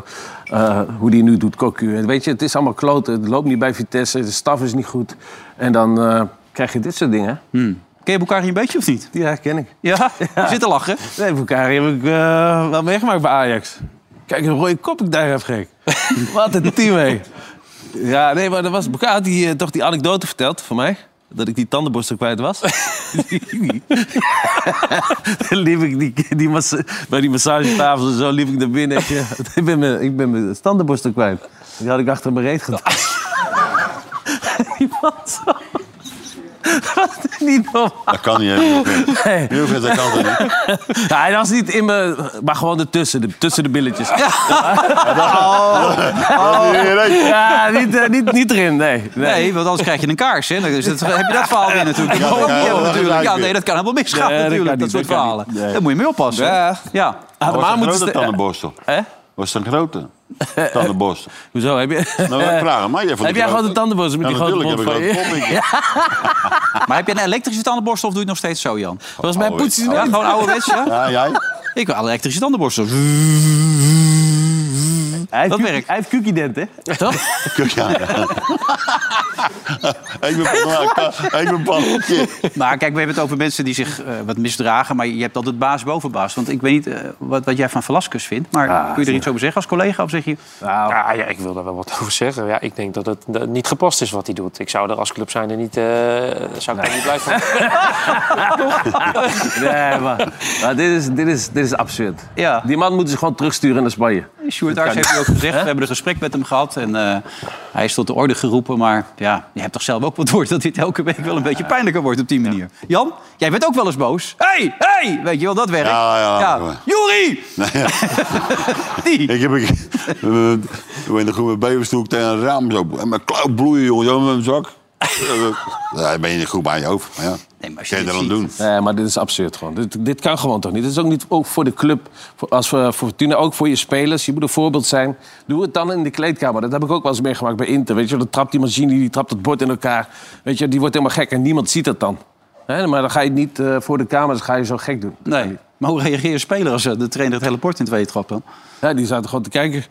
Speaker 7: eh, hoe die nu doet, Cocu. En Weet je, het is allemaal kloten. Het loopt niet bij Vitesse. De staf is niet goed. En dan eh, krijg je dit soort dingen.
Speaker 2: Ken je Boukari een beetje of niet?
Speaker 7: Die herken ik.
Speaker 2: <laughs> Ja, je zit te lachen.
Speaker 7: Nee, voor elkaar heb ik eh, wel meegemaakt bij Ajax. Kijk, een rode kop ik daar heb gek.
Speaker 10: Wat een team, hé. Ja, nee, maar dat was, Bukka had die, eh, toch die anekdote verteld voor mij. Dat ik die tandenborstel kwijt was. <laughs> Dan liep ik die, die massa- bij die massagetafel en zo liep ik naar binnen. Ik, eh, <laughs> ik ben mijn, ik ben mijn tandenborstel kwijt. Die had ik achter mijn reet gedaan. <laughs> die was zo... <laughs> Dat is niet normaal.
Speaker 4: Dat kan niet. hè, Wilfred, dat kan toch
Speaker 10: <laughs>
Speaker 4: niet.
Speaker 10: Ja, hij was niet in mijn... Maar gewoon ertussen, de, tussen de billetjes. Oh. Ja, niet, eh, niet, niet erin, nee. nee.
Speaker 2: Nee, want anders krijg je een kaars. Hè? Dus dat, heb je dat verhaal weer natuurlijk.
Speaker 4: <laughs> Ja,
Speaker 2: Ja,
Speaker 4: dat kan
Speaker 2: ja,
Speaker 4: wel
Speaker 2: natuurlijk. ja,
Speaker 4: gebruiken.
Speaker 2: nee, dat kan helemaal misgaan
Speaker 10: Nee, dat
Speaker 2: natuurlijk,
Speaker 10: kan
Speaker 2: dat,
Speaker 10: niet,
Speaker 2: soort
Speaker 10: dat kan
Speaker 2: verhalen.
Speaker 4: Nee.
Speaker 2: Daar moet je mee oppassen.
Speaker 10: Ja. Ah,
Speaker 2: Ja.
Speaker 10: Had hem
Speaker 4: Was
Speaker 10: aan
Speaker 4: een
Speaker 10: moeten
Speaker 4: grote
Speaker 10: ste-
Speaker 4: tandenborstel.
Speaker 10: Hè?
Speaker 4: Was het een grote tandenborstel?
Speaker 10: Hoezo? Heb, je, <laughs>
Speaker 4: Nou, ik vraag hem, maar jij vond
Speaker 10: heb jij gewoon een tandenborstel met
Speaker 4: ja,
Speaker 10: die grote
Speaker 4: natuurlijk
Speaker 10: mond
Speaker 4: heb ik
Speaker 10: van
Speaker 4: wel
Speaker 10: je?
Speaker 4: een poppetje.
Speaker 2: Maar heb je een elektrische tandenborstel of doe je het nog steeds zo, Jan?
Speaker 10: Volgens mij
Speaker 4: Oude-
Speaker 10: poetst hij
Speaker 2: Ja,
Speaker 10: nooit.
Speaker 2: gewoon ouderwets, ja?
Speaker 4: Ja,
Speaker 10: <laughs>
Speaker 4: jij?
Speaker 2: Ik wil elektrische tandenborstel.
Speaker 10: Hij heeft
Speaker 2: Dat
Speaker 10: kuki-
Speaker 2: werkt.
Speaker 10: Hij heeft kukiedent,
Speaker 4: <laughs>
Speaker 10: hè?
Speaker 2: Nou,
Speaker 3: <laughs>
Speaker 2: Toch?
Speaker 4: Kut, ja. ik ben pas Ik ben pannetje.
Speaker 2: Maar kijk, we hebben het over mensen die zich eh, wat misdragen. Maar je hebt altijd baas boven baas. Want ik weet niet eh, wat, wat jij van Velasquez vindt.
Speaker 4: Ah,
Speaker 2: Maar kun je er iets over zeggen als collega? Of zeg je...
Speaker 3: Nou, Ja, ja, ik wil daar wel wat over zeggen. Ja, ik denk dat het dat het niet gepast is wat hij doet. Ik zou er als club zijn er niet, eh, zou ik er niet blij van
Speaker 2: <laughs>
Speaker 10: Nee, maar, maar dit, is, dit, is, dit is absurd.
Speaker 2: Ja.
Speaker 10: Die man moeten ze gewoon terugsturen naar Spanje.
Speaker 2: Sjoerd Aarts heeft u ook gezegd. We hebben een gesprek met hem gehad. En eh, hij is tot de orde geroepen. Maar ja, je hebt toch zelf ook wat woord dat dit elke week wel een beetje pijnlijker wordt op die manier. Jan, jij bent ook wel eens boos. hey, hey! Weet je wel, dat werkt.
Speaker 4: Ja, ja, ja.
Speaker 2: Joeri! <laughs> Die!
Speaker 4: Ik heb een keer- eh, Toen we in de groep bij stond ik tegen een raam zo. En mijn klauw bloeien, jongen, zo met mijn zak. Eh, Ja, dan ben je niet goed bij je hoofd. Maar ja,
Speaker 2: Nee, maar als je
Speaker 4: kan je
Speaker 2: dit
Speaker 4: er aan
Speaker 2: ziet.
Speaker 4: doen.
Speaker 7: Nee, maar dit is absurd gewoon. Dit, dit kan gewoon toch niet. Dit is ook niet ook voor de club, voor, als eh, voor, voor Fortuna, ook voor je spelers. Je moet een voorbeeld zijn. Doe het dan in de kleedkamer. Dat heb ik ook wel eens meegemaakt bij Inter. Weet je, dan trapt die machine, die trapt het bord in elkaar. Weet je, die wordt helemaal gek en niemand ziet dat dan. Hè, maar dan ga je het niet eh, voor de camera's ga je zo gek doen.
Speaker 2: Nee. Maar hoe reageert spelers als eh, de trainer het hele bord in tweeën trapt dan?
Speaker 7: Ja, die zaten gewoon te kijken.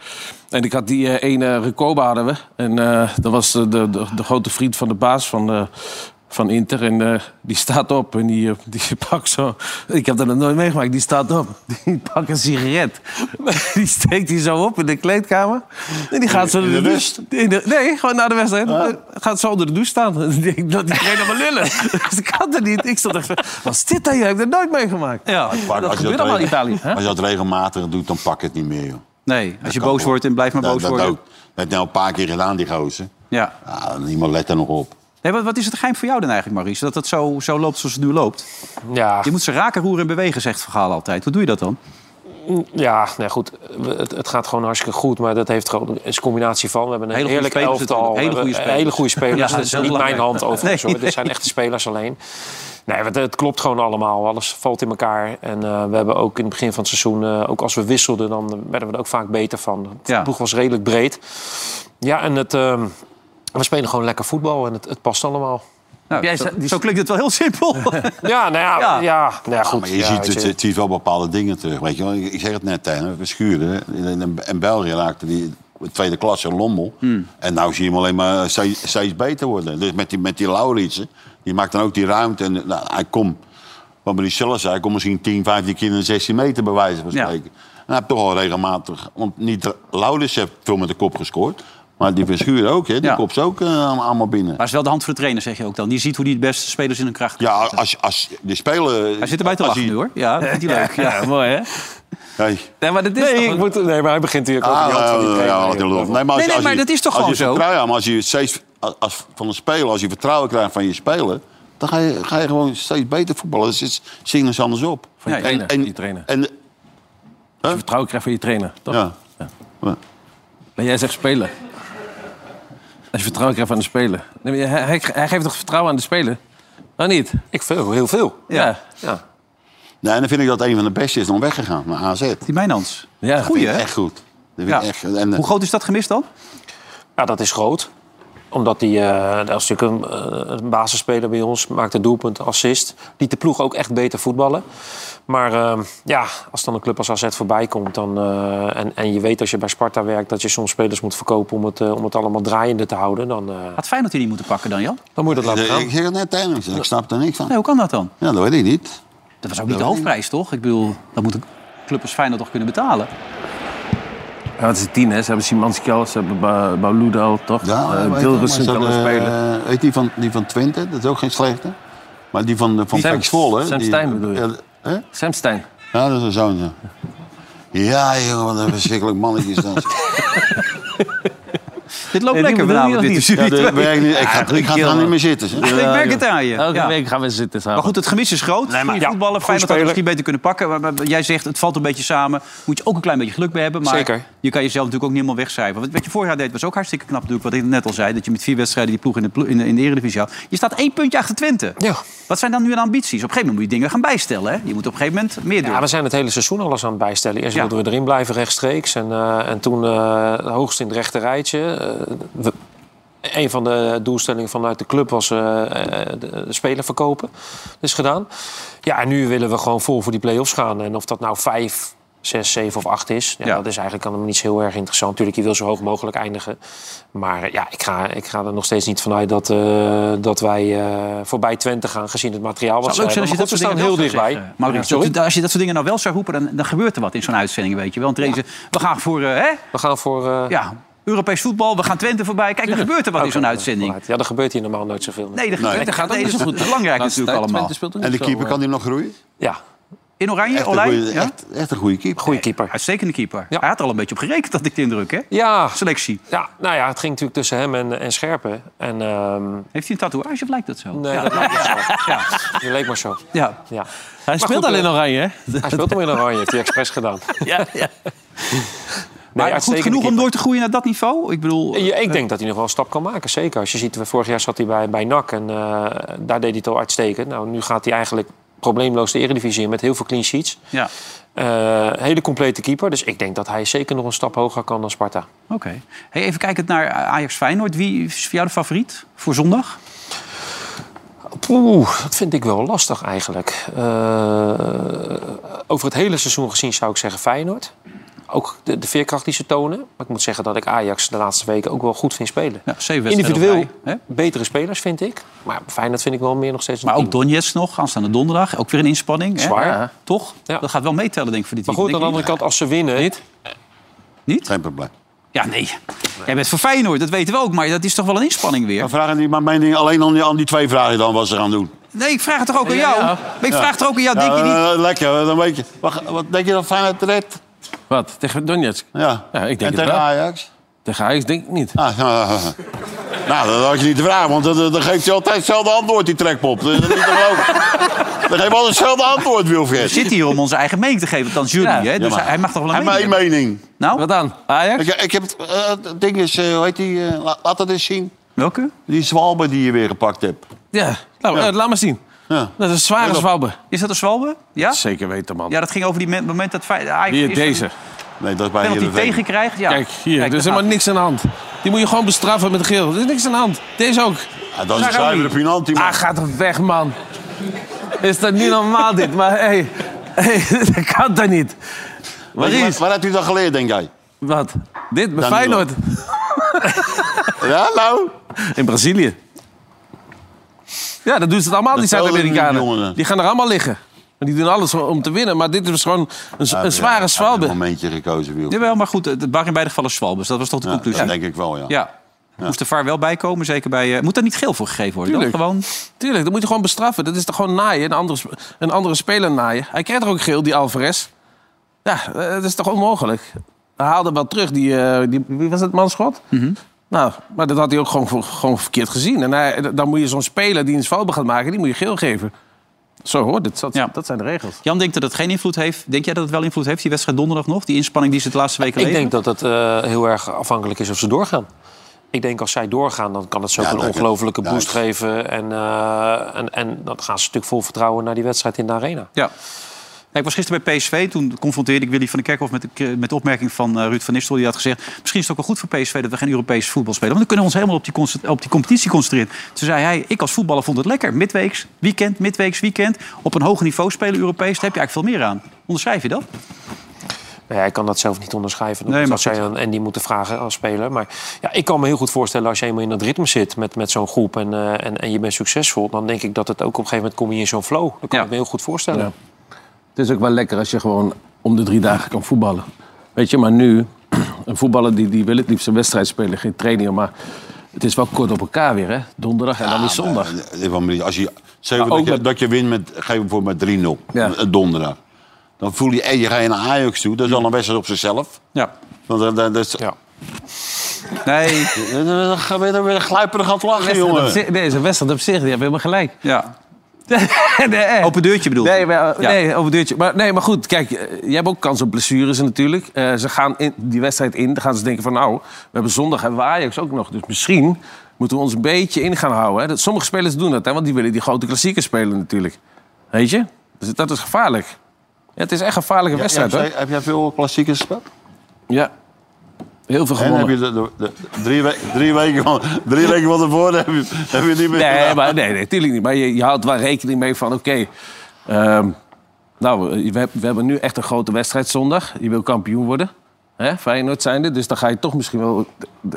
Speaker 7: En ik had die eh, ene Recoba hadden we. En eh, dat was eh, de, de, de grote vriend van de baas van, eh, van Inter. En eh, die staat op en die, eh, die <laughs> pakt zo... Ik heb dat nog nooit meegemaakt. Die staat op. <laughs> Die pakt een sigaret. <laughs> Die steekt die zo op in de kleedkamer. En die gaat zo...
Speaker 4: in de
Speaker 7: douche-
Speaker 4: rust?
Speaker 7: in de- Ah. nee, gewoon na de wedstrijd. Gaat zo onder de douche staan. <laughs> En ik denk, dat die trainer maar lullen. <laughs> Dus ik had er niet. Ik stond echt zo... Wat is dit dan? Je hebt dat nooit meegemaakt.
Speaker 2: Ja.
Speaker 4: Maar
Speaker 7: dat
Speaker 4: als je
Speaker 7: gebeurt allemaal in
Speaker 4: reg-
Speaker 7: Italië. Hè?
Speaker 4: Als je dat regelmatig doet, dan pak je het niet meer, joh.
Speaker 2: Nee, als je
Speaker 4: kan
Speaker 2: boos
Speaker 4: wel.
Speaker 2: wordt en blijf maar
Speaker 4: Dat-
Speaker 2: boos
Speaker 4: dat
Speaker 2: worden.
Speaker 4: ook. Dat heeft nou een paar keer gedaan, die gozer.
Speaker 2: Ja.
Speaker 4: Ja, niemand let er nog op.
Speaker 2: Nee, wat, wat is het geheim voor jou dan eigenlijk, Maurice? Dat het zo, zo loopt zoals het nu loopt.
Speaker 3: Ja,
Speaker 2: Je moet ze raken, roeren en bewegen, zegt het verhaal altijd. Hoe doe je dat dan?
Speaker 3: ja nee, goed. we- Het, het gaat gewoon hartstikke goed. Maar dat heeft gewoon is een combinatie van. We hebben een
Speaker 2: Hele goede
Speaker 3: heerlijk
Speaker 2: spelers
Speaker 3: elftal.
Speaker 2: natuurlijk. Hele goede
Speaker 3: we hebben
Speaker 2: spelers.
Speaker 3: Hele goede spelers.
Speaker 2: Ja,
Speaker 3: dat
Speaker 2: dat
Speaker 3: is
Speaker 2: is
Speaker 3: niet
Speaker 2: heel
Speaker 3: mijn hand
Speaker 2: belangrijk.
Speaker 3: overigens.
Speaker 2: Nee,
Speaker 3: hoor. Dit zijn echte spelers alleen. Nee, want het klopt gewoon allemaal. Alles valt in elkaar. En eh, we hebben ook in het begin van het seizoen, eh, ook als we wisselden, dan werden we er ook vaak beter van. De
Speaker 2: Ja.
Speaker 3: ploeg was redelijk breed. Ja, en het, ehm, we spelen gewoon lekker voetbal en het, het past allemaal.
Speaker 2: Nou,
Speaker 10: Jij
Speaker 2: zo,
Speaker 10: zei- die-
Speaker 2: zo klinkt het wel heel <laughs> simpel.
Speaker 3: Ja, nou ja,
Speaker 2: Ja.
Speaker 3: ja. nou ja, goed.
Speaker 4: Maar je
Speaker 3: Ja,
Speaker 4: ziet,
Speaker 3: weet
Speaker 4: het,
Speaker 3: je.
Speaker 4: het ziet wel bepaalde dingen terug. Weet je wel. Ik ik zeg het net tegen we schuren. In, in, in België raakte die tweede klasse een lommel.
Speaker 2: Hmm.
Speaker 4: En nou zie je hem alleen maar steeds, steeds beter worden. Dus met die, met die Lauritsen, die maakt dan ook die ruimte. En, nou, hij komt, wat Marie zelf zei, hij komt misschien 10, 15 keer in de 16 meter bij wijze van
Speaker 2: Ja.
Speaker 4: spreken. En hij heeft toch al regelmatig, want niet Lauritsen heeft veel met de kop gescoord. Maar die verschuren ook, hè? die
Speaker 2: Ja.
Speaker 4: kopt ze ook eh, allemaal binnen.
Speaker 2: Maar het is wel de hand voor de trainer, zeg je ook dan. Die ziet hoe die het beste spelers in hun kracht
Speaker 4: Ja, als, als de speler...
Speaker 2: Hij zit erbij te
Speaker 4: als
Speaker 2: lachen
Speaker 4: hij-
Speaker 2: nu, hoor. Ja, dat vindt hij leuk. Ja.
Speaker 10: Ja, mooi, hè?
Speaker 4: Hey.
Speaker 10: Nee, maar dit is toch
Speaker 3: Nee, ik
Speaker 10: een-
Speaker 3: moet, nee, maar hij begint hier ook over
Speaker 4: Ah,
Speaker 3: die hand van die
Speaker 4: ja,
Speaker 3: trainer.
Speaker 4: ja, wat een lul. Nee, maar, als,
Speaker 2: Nee, nee,
Speaker 4: als
Speaker 2: maar
Speaker 4: je-
Speaker 2: dat is toch
Speaker 4: als je
Speaker 2: gewoon zo?
Speaker 4: vertrouwen- maar als je steeds als- als, van een speler, als je vertrouwen krijgt van je speler, dan ga je, ga je gewoon steeds beter voetballen. Dus het zing eens anders op.
Speaker 2: Van je
Speaker 4: En-
Speaker 7: trainer,
Speaker 4: en-
Speaker 7: je trainer.
Speaker 4: En,
Speaker 7: Vertrouwen krijgen van je trainer, toch?
Speaker 4: ja.
Speaker 7: Nee, jij zegt spelen. Als je vertrouwen krijgt van de speler. Nee, maar hij, hij- hij geeft toch vertrouwen aan de speler? Nou niet?
Speaker 3: Ik veel, heel veel.
Speaker 7: Ja.
Speaker 4: Nee, en dan vind ik dat een van de beste is dan weggegaan naar AZ. Dat
Speaker 2: Die Mijnans.
Speaker 7: ja.
Speaker 2: Goeie,
Speaker 4: vind ik
Speaker 2: hè?
Speaker 4: echt goed. Dat vind
Speaker 2: Ja.
Speaker 4: ik echt, en,
Speaker 2: Hoe groot is dat gemist dan?
Speaker 3: Ja, Nou, dat is groot. Omdat die, eh dat is natuurlijk een, eh, een basisspeler bij ons, maakt een doelpunt, assist. Liet de ploeg ook echt beter voetballen. Maar eh, ja, als dan een club als AZ voorbij komt... Dan, eh, en, en je weet als je bij Sparta werkt dat je soms spelers moet verkopen... om het, eh, om het allemaal draaiende te houden, dan, eh,
Speaker 2: Had Feyenoord die niet moeten pakken dan, Jan?
Speaker 3: dan moet je dat laten gaan.
Speaker 4: eh, ik zeg het net tegen hem, ik snap er niks van.
Speaker 2: Nee, hoe kan dat dan?
Speaker 4: Ja, dat weet ik niet.
Speaker 2: Dat was ook niet de hoofdprijs, toch? Ik bedoel, dat moet een club als Feyenoord toch kunnen betalen?
Speaker 7: Ja, het is een tien, hè. Ze hebben Simanski al, ze hebben ba Bauluda al, toch?
Speaker 4: Ja,
Speaker 7: Eh,
Speaker 4: weet
Speaker 7: Dilrussen
Speaker 4: je, maar
Speaker 7: kan
Speaker 4: ze
Speaker 7: wel
Speaker 4: hadden,
Speaker 7: spelen.
Speaker 4: eh, Weet die van, die van Twente, dat is ook geen slechte. Maar die van, van
Speaker 7: Sam-
Speaker 4: Pek Zwolle.
Speaker 7: Sam
Speaker 4: die-
Speaker 7: Stein bedoel je?
Speaker 4: Ja, hè?
Speaker 7: Sam Stein.
Speaker 4: Ja, dat is een zoon, ja. Ja, joh, wat een verschrikkelijk mannetje is
Speaker 7: <laughs>
Speaker 4: dat.
Speaker 2: Dit loopt
Speaker 7: Nee,
Speaker 2: lekker
Speaker 7: die bedoel je
Speaker 2: vanavond, dit
Speaker 7: nog
Speaker 2: is jullie
Speaker 4: Ja,
Speaker 2: <laughs>
Speaker 4: dat
Speaker 2: twee.
Speaker 4: werkt niet. Ik ga, ik ga er dan niet meer zitten. zeg.
Speaker 2: Ik merk het aan je.
Speaker 7: Elke
Speaker 2: Ja.
Speaker 7: week gaan we zitten samen.
Speaker 2: Maar goed, het gemis is groot. Nee,
Speaker 3: ja,
Speaker 2: voetballen,
Speaker 3: goed
Speaker 2: fijn dat we
Speaker 3: speler.
Speaker 2: misschien beter kunnen pakken. Maar, maar jij zegt, het valt een beetje samen. Moet je ook een klein beetje geluk bij hebben. Maar
Speaker 3: Zeker.
Speaker 2: je kan jezelf natuurlijk ook niet helemaal wegcijferen. Wat, wat je vorig jaar deed, was ook hartstikke knap natuurlijk. Wat ik net al zei, dat je met vier wedstrijden die ploeg in de, plo- in de, in de eredivisie had. Je staat één puntje achter Twente.
Speaker 3: Ja.
Speaker 2: Wat zijn dan nu de ambities? Op een gegeven moment moet je dingen gaan bijstellen. Hè? Je moet op een gegeven moment meer doen.
Speaker 3: Ja, we zijn het hele seizoen alles aan het bijstellen. Eerst
Speaker 2: Ja.
Speaker 3: wilden we erin blijven rechtstreeks. En, eh, en toen eh, hoogst in het rechte rijtje. Eh, we- een van de doelstellingen vanuit de club was eh, eh, de de speler verkopen. Dat is gedaan. Ja, en nu willen we gewoon vol voor die play-offs gaan. En of dat nou vijf, zes, zeven of acht is... Ja,
Speaker 2: Ja.
Speaker 3: dat is eigenlijk allemaal niet zo heel erg interessant. Natuurlijk, je wil zo hoog mogelijk eindigen. Maar eh, ja, ik ga, ik ga er nog steeds niet vanuit dat, eh, dat wij eh, voorbij Twente gaan... gezien het materiaal wat
Speaker 2: zou leuk
Speaker 3: ze
Speaker 2: zijn als je
Speaker 3: hebben.
Speaker 2: dat
Speaker 3: Maar
Speaker 2: soort
Speaker 3: goed, we
Speaker 2: dingen
Speaker 3: staan heel
Speaker 2: wel zou
Speaker 3: dichtbij.
Speaker 2: zeggen. Maurits,
Speaker 3: Ja, sorry.
Speaker 2: dat- als je dat soort dingen nou wel zou roepen, dan, dan gebeurt er wat in zo'n uitzending, weet je wel. Want er is- we gaan voor eh, hè?
Speaker 3: We gaan voor... eh,
Speaker 2: Ja, Europees voetbal, we gaan Twente voorbij. Kijk, dan gebeurt er wat in zo'n uitzending.
Speaker 3: Ja, er gebeurt hier normaal nooit zoveel.
Speaker 2: Nee, dat gebeurt
Speaker 4: Nee.
Speaker 2: er gaat nee, dat is goed. belangrijk
Speaker 7: Laatste
Speaker 2: natuurlijk
Speaker 7: tijd,
Speaker 2: allemaal.
Speaker 7: Twente speelt ook
Speaker 4: En de
Speaker 7: niet zo, eh?
Speaker 4: keeper kan die nog groeien?
Speaker 3: Ja,
Speaker 2: In oranje,
Speaker 4: Echt een
Speaker 2: Olij.
Speaker 4: goeie-
Speaker 2: ja?
Speaker 4: echt- Echt een goede keeper.
Speaker 3: goede keeper.
Speaker 2: Uitstekende keeper.
Speaker 3: Ja.
Speaker 2: Hij had er al een beetje op gerekend, had ik de indruk, hè?
Speaker 3: Ja,
Speaker 2: Selectie.
Speaker 3: ja, nou ja, het ging natuurlijk tussen hem en, en Scherpen. En ehm,
Speaker 2: Heeft hij een tatoeage of lijkt dat zo?
Speaker 3: nee,
Speaker 2: ja. nou,
Speaker 3: dat lijkt maar zo.
Speaker 2: Ja.
Speaker 3: Dat leek maar zo.
Speaker 2: ja.
Speaker 3: Ja.
Speaker 7: Hij speelt
Speaker 3: goed,
Speaker 7: alleen
Speaker 3: eh,
Speaker 7: oranje, hè?
Speaker 3: Hij speelt hem in oranje, heeft hij expres
Speaker 2: <laughs>
Speaker 3: gedaan.
Speaker 7: Ja, ja.
Speaker 2: maar
Speaker 3: Nee,
Speaker 2: goed
Speaker 3: uitstekende
Speaker 2: genoeg om
Speaker 3: keeper.
Speaker 2: door te groeien naar dat niveau? Ik bedoel, eh,
Speaker 3: Ja, ik denk dat hij nog wel een stap kan maken, zeker. Als je ziet, vorig jaar zat hij bij, bij NAC en eh, daar deed hij het al uitstekend. Nou, nu gaat hij eigenlijk probleemloos de eredivisie in met heel veel clean sheets.
Speaker 2: ja.
Speaker 3: Eh, hele complete keeper, dus ik denk dat hij zeker nog een stap hoger kan dan Sparta.
Speaker 2: Oké. Hey, even kijkend naar Ajax Feyenoord. Wie is voor jou de favoriet voor zondag?
Speaker 3: Poeh, dat vind ik wel lastig eigenlijk. Eh, over het hele seizoen gezien zou ik zeggen Feyenoord. Ook de, de veerkracht die ze tonen. Maar ik moet zeggen dat ik Ajax de laatste weken ook wel goed vind spelen.
Speaker 2: Ja, zeven wedstrijden
Speaker 3: Individueel
Speaker 2: op rij, hè?
Speaker 3: betere spelers vind ik. Maar Feyenoord vind ik wel meer nog steeds een
Speaker 2: Maar ook
Speaker 3: team.
Speaker 2: Donetsk nog, aanstaande donderdag. Ook weer een inspanning. Hè?
Speaker 3: Zwaar.
Speaker 2: Ja. Toch?
Speaker 3: Ja.
Speaker 2: Dat gaat wel meetellen, denk ik, voor dit
Speaker 3: Maar goed, aan
Speaker 2: weekend,
Speaker 3: de andere
Speaker 2: denk ik.
Speaker 3: kant, als ze winnen...
Speaker 2: Niet?
Speaker 4: Geen probleem.
Speaker 2: Ja, nee. Jij bent voor Feyenoord, dat weten we ook. Maar dat is toch wel een inspanning weer?
Speaker 4: Dan vragen die maar mijn ding alleen aan die, aan die twee vragen dan wat ze gaan doen.
Speaker 2: Nee, ik vraag het toch ook aan jou? Maar Ik vraag het toch ook aan jou, denk je niet?
Speaker 4: eh, lekker, dan weet je. Wat, wat denk je dat Feyenoord redt?
Speaker 7: Wat? Tegen Donetsk?
Speaker 4: Ja.
Speaker 7: Ja, ik denk
Speaker 4: en
Speaker 7: het
Speaker 4: tegen
Speaker 7: wel.
Speaker 4: Ajax?
Speaker 7: Tegen Ajax denk ik niet.
Speaker 4: Ah, nou, nou, dat had je niet te vragen, want dan, dan geeft hij altijd hetzelfde antwoord, die trekpop. Dat is niet te geloven. Dan geeft hij altijd hetzelfde antwoord, Wilfred.
Speaker 2: zit hier om onze eigen mening te geven. Dan jury,
Speaker 7: Ja.
Speaker 2: hè? Dus
Speaker 4: Ja, maar-
Speaker 2: hij mag toch wel
Speaker 4: Hij
Speaker 2: een
Speaker 4: heeft
Speaker 2: mening
Speaker 4: één mening.
Speaker 2: hebben? Nou,
Speaker 7: Wat dan? Ajax?
Speaker 4: Ik, ik heb het eh, het ding is, eh, hoe heet die? eh, la- laat dat eens zien.
Speaker 2: welke?
Speaker 4: Die zwalbe die je weer gepakt hebt.
Speaker 7: Ja. Nou, eh, laat maar zien.
Speaker 4: Ja.
Speaker 7: Dat is een zware zwabbe.
Speaker 2: Is dat een Zwalbe? Ja?
Speaker 7: Zeker weten, man.
Speaker 2: Ja, dat ging over die men- moment dat Fey- Ajax
Speaker 7: Hier,
Speaker 2: is-
Speaker 7: deze.
Speaker 4: Nee, dat is bij
Speaker 2: penalty
Speaker 4: Heerenveen.
Speaker 2: tegenkrijgt. Ja.
Speaker 7: Kijk, hier. er
Speaker 2: daar
Speaker 7: is helemaal
Speaker 2: gaat-
Speaker 7: niks aan de hand. Die moet je gewoon bestraffen met geel. Er is niks aan de hand. Deze ook.
Speaker 4: Ja, Ah, dat is
Speaker 7: Daar
Speaker 4: een
Speaker 7: ook
Speaker 4: zuivere
Speaker 7: niet.
Speaker 4: penalty, man.
Speaker 7: Ah, gaat er weg, man. Is dat niet normaal, dit? Maar hé, hey, <laughs> dat kan toch niet?
Speaker 4: Weet je
Speaker 7: Maries,
Speaker 4: waar, waar hebt u dat geleerd, denk jij?
Speaker 7: wat? Dit, bij
Speaker 4: Danilo.
Speaker 7: Feyenoord.
Speaker 4: Ja, nou?
Speaker 7: In Brazilië. Ja, dat doen ze het allemaal, die
Speaker 4: Dat telde niet,
Speaker 7: Zuid-Amerikanen.
Speaker 4: jongen.
Speaker 7: Die gaan er allemaal liggen. En die doen alles om te winnen. Maar dit is gewoon een, z- een
Speaker 4: Ja,
Speaker 7: zware
Speaker 4: Ik heb
Speaker 7: zwalbe.
Speaker 4: een momentje gekozen, Wiel.
Speaker 2: Jawel, maar goed, het waren in beide gevallen Zwalbes. Dat was toch de
Speaker 4: Ja,
Speaker 7: dus,
Speaker 2: conclusie?
Speaker 4: dat
Speaker 2: Ja.
Speaker 4: denk ik wel, ja.
Speaker 2: Moest de VAR wel bij komen, zeker bij... eh, moet daar niet geel voor gegeven worden? Dan
Speaker 7: Tuurlijk.
Speaker 2: gewoon...
Speaker 7: Tuurlijk, dat moet je gewoon bestraffen. Dat is toch gewoon naaien, een andere, sp- een andere speler naaien. Hij krijgt er ook geel, die Alvarez. Ja, eh, dat is toch onmogelijk? Hij haalde wel terug, die, eh, die wie was het, manschot? Nou, maar dat had hij ook gewoon, voor- gewoon verkeerd gezien. En hij- dan moet je zo'n speler die een zwalbe gaat maken, die moet je geel geven. Zo hoort het, dat,
Speaker 2: Ja.
Speaker 7: dat zijn de regels.
Speaker 2: Jan denkt dat het geen invloed heeft. Denk jij dat het wel invloed heeft, die wedstrijd donderdag nog? Die inspanning die ze de laatste weken
Speaker 3: Ik
Speaker 2: leveren?
Speaker 3: denk dat het eh, heel erg afhankelijk is of ze doorgaan. Ik denk als zij doorgaan, dan kan het ze ook
Speaker 4: Ja,
Speaker 3: een
Speaker 4: dat-
Speaker 3: ongelofelijke
Speaker 4: ja,
Speaker 3: boost
Speaker 4: ik-
Speaker 3: geven. En, eh, en, en dan gaan ze natuurlijk vol vertrouwen naar die wedstrijd in de arena.
Speaker 2: Ja. Ja, ik was gisteren bij PSV. Toen confronteerde ik Willy van der Kerkhoff met de, met de opmerking van eh, Ruud van Nistel. Die had gezegd, misschien is het ook wel goed voor PSV dat we geen Europees voetbal spelen. Want dan kunnen we ons helemaal op die, conce- op die competitie concentreren. Toen zei hij, ik als voetballer vond het lekker. Midweeks, weekend, midweeks, weekend. Op een hoger niveau spelen Europees, daar heb je eigenlijk veel meer aan. Onderschrijf je dat?
Speaker 3: Nou ja, ik kan dat zelf niet onderschrijven.
Speaker 2: Nee,
Speaker 3: Nee,
Speaker 2: maar
Speaker 3: dat zou je aan Andy moeten vragen als speler. Maar ja, ik kan me heel goed voorstellen als je eenmaal in dat ritme zit met, met zo'n groep en, eh, en, en je bent succesvol. Dan denk ik dat het ook op een gegeven moment kom je in zo'n flow. Dat kan
Speaker 2: Ja.
Speaker 3: ik me heel goed voorstellen.
Speaker 7: Het is ook wel lekker als je gewoon om de drie dagen kan voetballen. Weet je, maar nu <clears throat> Een voetballer die, die wil het liefst een wedstrijd spelen, geen trainingen. Maar het is wel kort op elkaar weer, hè? Donderdag en dan weer zondag.
Speaker 4: Eh, eh, van Marie, Als je, zeg maar
Speaker 7: Maar ook
Speaker 4: dat, je,
Speaker 7: met-
Speaker 4: dat je wint met, geef hem voor met 3-0,
Speaker 7: Ja.
Speaker 4: eh, donderdag. Dan voel je, eh, je gaat naar Ajax toe, dat is al een wedstrijd op zichzelf.
Speaker 2: Ja.
Speaker 4: Want eh, dat, dat, dat, is-
Speaker 2: Nee,
Speaker 4: Eh, Dan gaan we dan weer gluiperig aan het lachen,
Speaker 10: Wedstrijd op
Speaker 4: jongen.
Speaker 10: zich- Nee, zo'n wedstrijd op zich, die hebben helemaal gelijk. <laughs>
Speaker 2: ja.
Speaker 10: nee, echt.
Speaker 2: Open deurtje bedoel je?
Speaker 10: Nee, maar,
Speaker 2: Ja.
Speaker 10: nee, over deurtje. Maar, nee, maar goed, kijk, eh, je hebt ook kans op blessures natuurlijk. Eh, ze gaan in, die wedstrijd in, dan gaan ze denken van... nou, we hebben zondag hebben we Ajax ook nog. Dus misschien moeten we ons een beetje in gaan houden. Hè. Dat, sommige spelers doen dat, hè, want die willen die grote klassiekers spelen natuurlijk. Weet je? Dus dat is gevaarlijk. Ja, het is echt een gevaarlijke
Speaker 4: Ja,
Speaker 10: wedstrijd, hoor.
Speaker 4: heb, jij- heb jij veel klassiekers gespeeld?
Speaker 7: Ja. Heel veel
Speaker 4: En
Speaker 7: gewonnen.
Speaker 4: heb je de, de- de- drie, we- drie, weken van, drie weken van tevoren heb je, heb je niet meer
Speaker 10: Nee,
Speaker 4: gedaan.
Speaker 10: maar, nee, nee, tuurlijk niet. Maar je, je houdt wel rekening mee van, oké... ehm, nou, eh, we, heb- we hebben nu echt een grote wedstrijd zondag. Je wil kampioen worden. Hè? Feyenoord zijnde. Dus dan ga je toch misschien wel...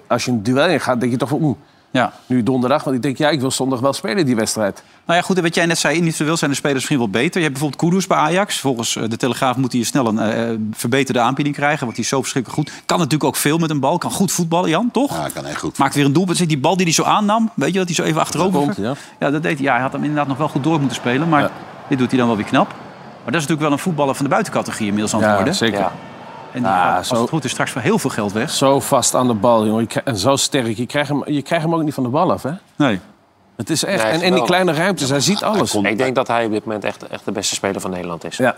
Speaker 10: Als je een duel ingaat, denk je toch van... Oeh,
Speaker 2: ja.
Speaker 10: nu donderdag. Want ik denk, ja, ik wil zondag wel spelen die wedstrijd.
Speaker 2: Nou ja, goed, en wat jij net zei, individueel zijn de spelers misschien wel beter. Je hebt bijvoorbeeld Kudus bij Ajax. Volgens eh, de Telegraaf moet hij snel een eh, verbeterde aanbieding krijgen, want hij is zo verschrikkelijk goed. Kan natuurlijk ook veel met een bal, kan goed voetballen, Jan, toch?
Speaker 4: Ja, ik kan echt goed.
Speaker 2: Maakt weer een doelpunt. Zit Die bal die hij zo aannam, weet je dat hij zo even achterover
Speaker 10: Komt,
Speaker 2: ging?
Speaker 10: ja.
Speaker 2: Ja, dat deed hij. Ja, hij had hem inderdaad nog wel goed door moeten spelen, maar
Speaker 10: Ja.
Speaker 2: dit doet hij dan wel weer knap. Maar dat is natuurlijk wel een voetballer van de buitencategorie inmiddels aan het worden.
Speaker 10: zeker.
Speaker 3: Ja.
Speaker 2: En die
Speaker 10: Ah,
Speaker 2: gaat, als
Speaker 10: zo-
Speaker 2: het goed is, straks voor heel veel geld weg.
Speaker 10: Zo vast aan de bal, jongen. Je krijgt- En zo sterk. Je krijgt, hem, je krijgt hem ook niet van de bal af, hè?
Speaker 2: Nee.
Speaker 10: Het is echt...
Speaker 3: Nee,
Speaker 10: en in die
Speaker 3: geweldig.
Speaker 10: kleine ruimtes, hij ziet alles.
Speaker 3: Ik denk dat hij op dit moment echt, echt de beste speler van Nederland is.
Speaker 10: Ja,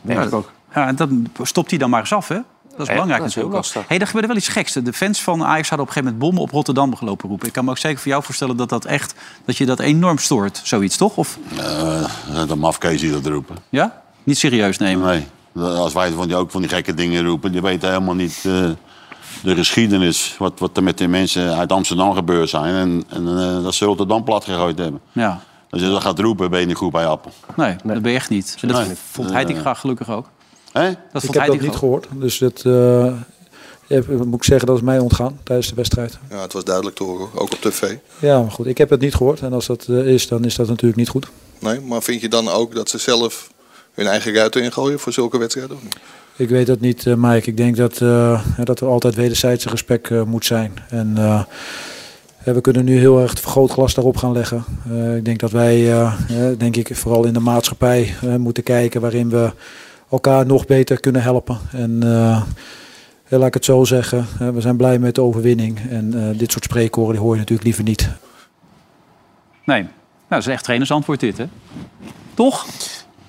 Speaker 10: denk ik ook.
Speaker 2: Ja, en dan stopt hij dan maar eens af, hè? Dat is
Speaker 3: Ja,
Speaker 2: belangrijk
Speaker 3: dat is heel
Speaker 2: natuurlijk. ook.
Speaker 3: lastig.
Speaker 2: hey, daar gebeurde wel iets geks. De fans van Ajax hadden op een gegeven moment bommen op Rotterdam gelopen roepen. Ik kan me ook zeker voor jou voorstellen dat dat echt dat je dat enorm stoort, zoiets toch? Of
Speaker 4: Eh, de mafkees die dat roepen.
Speaker 2: ja, niet serieus nemen.
Speaker 4: Nee. Als wij van die, ook van die gekke dingen roepen, die weten helemaal niet eh, de geschiedenis. Wat, wat er met die mensen uit Amsterdam gebeurd zijn. En, en eh, dat ze Rotterdam plat gegooid hebben.
Speaker 2: Ja,
Speaker 4: Als je dat gaat roepen, ben je niet goed bij Appel.
Speaker 2: nee, dat ben je echt niet. En dat
Speaker 4: Nee.
Speaker 2: vond hij die graag gelukkig ook.
Speaker 4: Hè?
Speaker 2: Dat
Speaker 11: Ik
Speaker 2: vond
Speaker 11: heb
Speaker 2: hij
Speaker 11: dat
Speaker 2: die
Speaker 11: niet
Speaker 2: graag.
Speaker 11: gehoord. Dus dat eh, heb- moet ik zeggen, dat is mij ontgaan tijdens de wedstrijd.
Speaker 12: Ja, het was duidelijk te horen, ook op tv.
Speaker 11: Ja, maar goed, ik heb het niet gehoord. En als dat eh, is, dan is dat natuurlijk niet goed.
Speaker 12: Nee, maar vind je dan ook dat ze zelf hun eigen ruiten ingooien voor zulke wedstrijden? of niet?
Speaker 11: Ik weet dat niet, eh, Mike. Ik denk dat, eh, dat er altijd wederzijdse gesprek eh, moet zijn. En eh, eh, we kunnen nu heel erg het vergrootglas daarop gaan leggen. Eh, ik denk dat wij, eh, eh, denk ik, vooral in de maatschappij eh, moeten kijken waarin we elkaar nog beter kunnen helpen. En eh, eh, laat ik het zo zeggen, eh, we zijn blij met de overwinning. En eh, dit soort spreekkoren die hoor je natuurlijk liever niet.
Speaker 2: Nee, nou, dat is echt trainersantwoord dit, hè? Toch?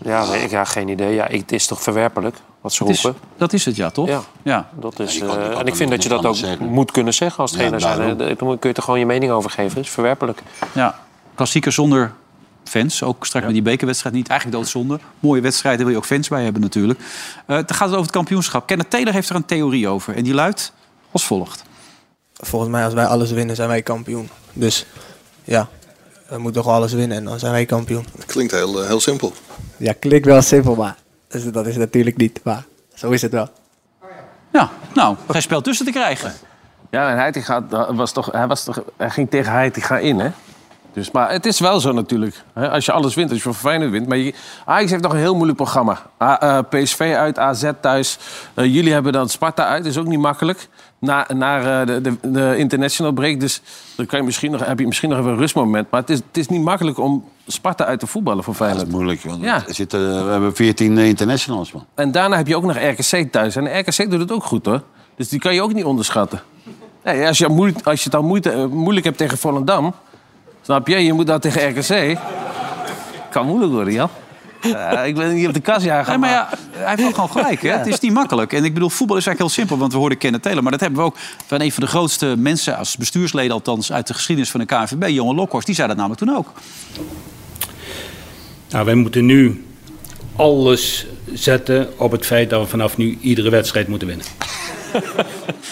Speaker 3: Ja, weet ik, ja geen idee. Ja, ik, het is toch verwerpelijk wat ze
Speaker 2: Het is-
Speaker 3: roepen?
Speaker 2: dat is het, ja, toch?
Speaker 3: Ja.
Speaker 2: ja.
Speaker 3: Dat is,
Speaker 4: Ja, je kan-
Speaker 3: eh,
Speaker 4: je kan
Speaker 3: en
Speaker 4: er
Speaker 3: ik vind
Speaker 4: nog
Speaker 3: dat je
Speaker 4: niks
Speaker 3: dat ook
Speaker 4: anders zeggen.
Speaker 3: moet kunnen zeggen als
Speaker 4: Ja,
Speaker 3: trainer. zijn.
Speaker 4: daarom.
Speaker 3: Eh, Dan kun je er gewoon je mening over geven. Het is verwerpelijk.
Speaker 2: Ja, klassieker zonder fans. Ook straks met die bekerwedstrijd niet. Eigenlijk doodzonde. Mooie wedstrijden wil je ook fans bij hebben natuurlijk. Eh dan gaat het over het kampioenschap. Kenneth Taylor heeft er een theorie over. En die luidt als volgt.
Speaker 13: volgens mij als wij alles winnen zijn wij kampioen. Dus ja, we moeten toch alles winnen en dan zijn wij kampioen.
Speaker 12: Dat klinkt heel, eh, heel simpel.
Speaker 13: Ja, klinkt wel simpel, maar dat is natuurlijk niet. Maar zo is het wel.
Speaker 2: Ja, nou, geen spel tussen te krijgen.
Speaker 7: Ja, en Heitinga had- was toch, hij, was toch, hij ging tegen Heitinga in, hè? Dus, maar het is wel zo natuurlijk. Hè? Als je alles wint, als je van Feyenoord wint. Maar je, Ajax heeft nog een heel moeilijk programma. A- eh, PSV uit, AZ thuis. Eh, jullie hebben dan Sparta uit, is ook niet makkelijk. Na, naar eh, de, de, de international break. Dus dan kan je misschien nog, heb je misschien nog even een rustmoment. Maar het is, het is niet makkelijk om Sparta uit te voetballen voor
Speaker 4: Dat
Speaker 7: Feyenoord.
Speaker 4: is moeilijk, want
Speaker 7: Ja.
Speaker 4: er zitten, we hebben 14 internationals, man.
Speaker 7: En daarna heb je ook nog RKC thuis. En RKC doet het ook goed hoor. Dus die kan je ook niet onderschatten. Nee, als, je moe- als je het al moeite, eh, moeilijk hebt tegen Volendam. Snap je? Je moet dan tegen RKC. Kan moeilijk worden, Jan. Eh, ik ben niet op de kast jagen.
Speaker 2: Nee, maar ja, hij heeft ook gewoon gelijk. Hè? Het is niet makkelijk. En ik bedoel, voetbal is eigenlijk heel simpel. Want we hoorden Kenneth Taylor. Maar dat hebben we ook van een van de grootste mensen... als bestuursleden althans uit de geschiedenis van de KNVB. Jonge Lokhorst, die zei dat namelijk toen ook.
Speaker 14: Nou, wij moeten nu alles zetten op het feit dat we vanaf nu iedere wedstrijd moeten winnen.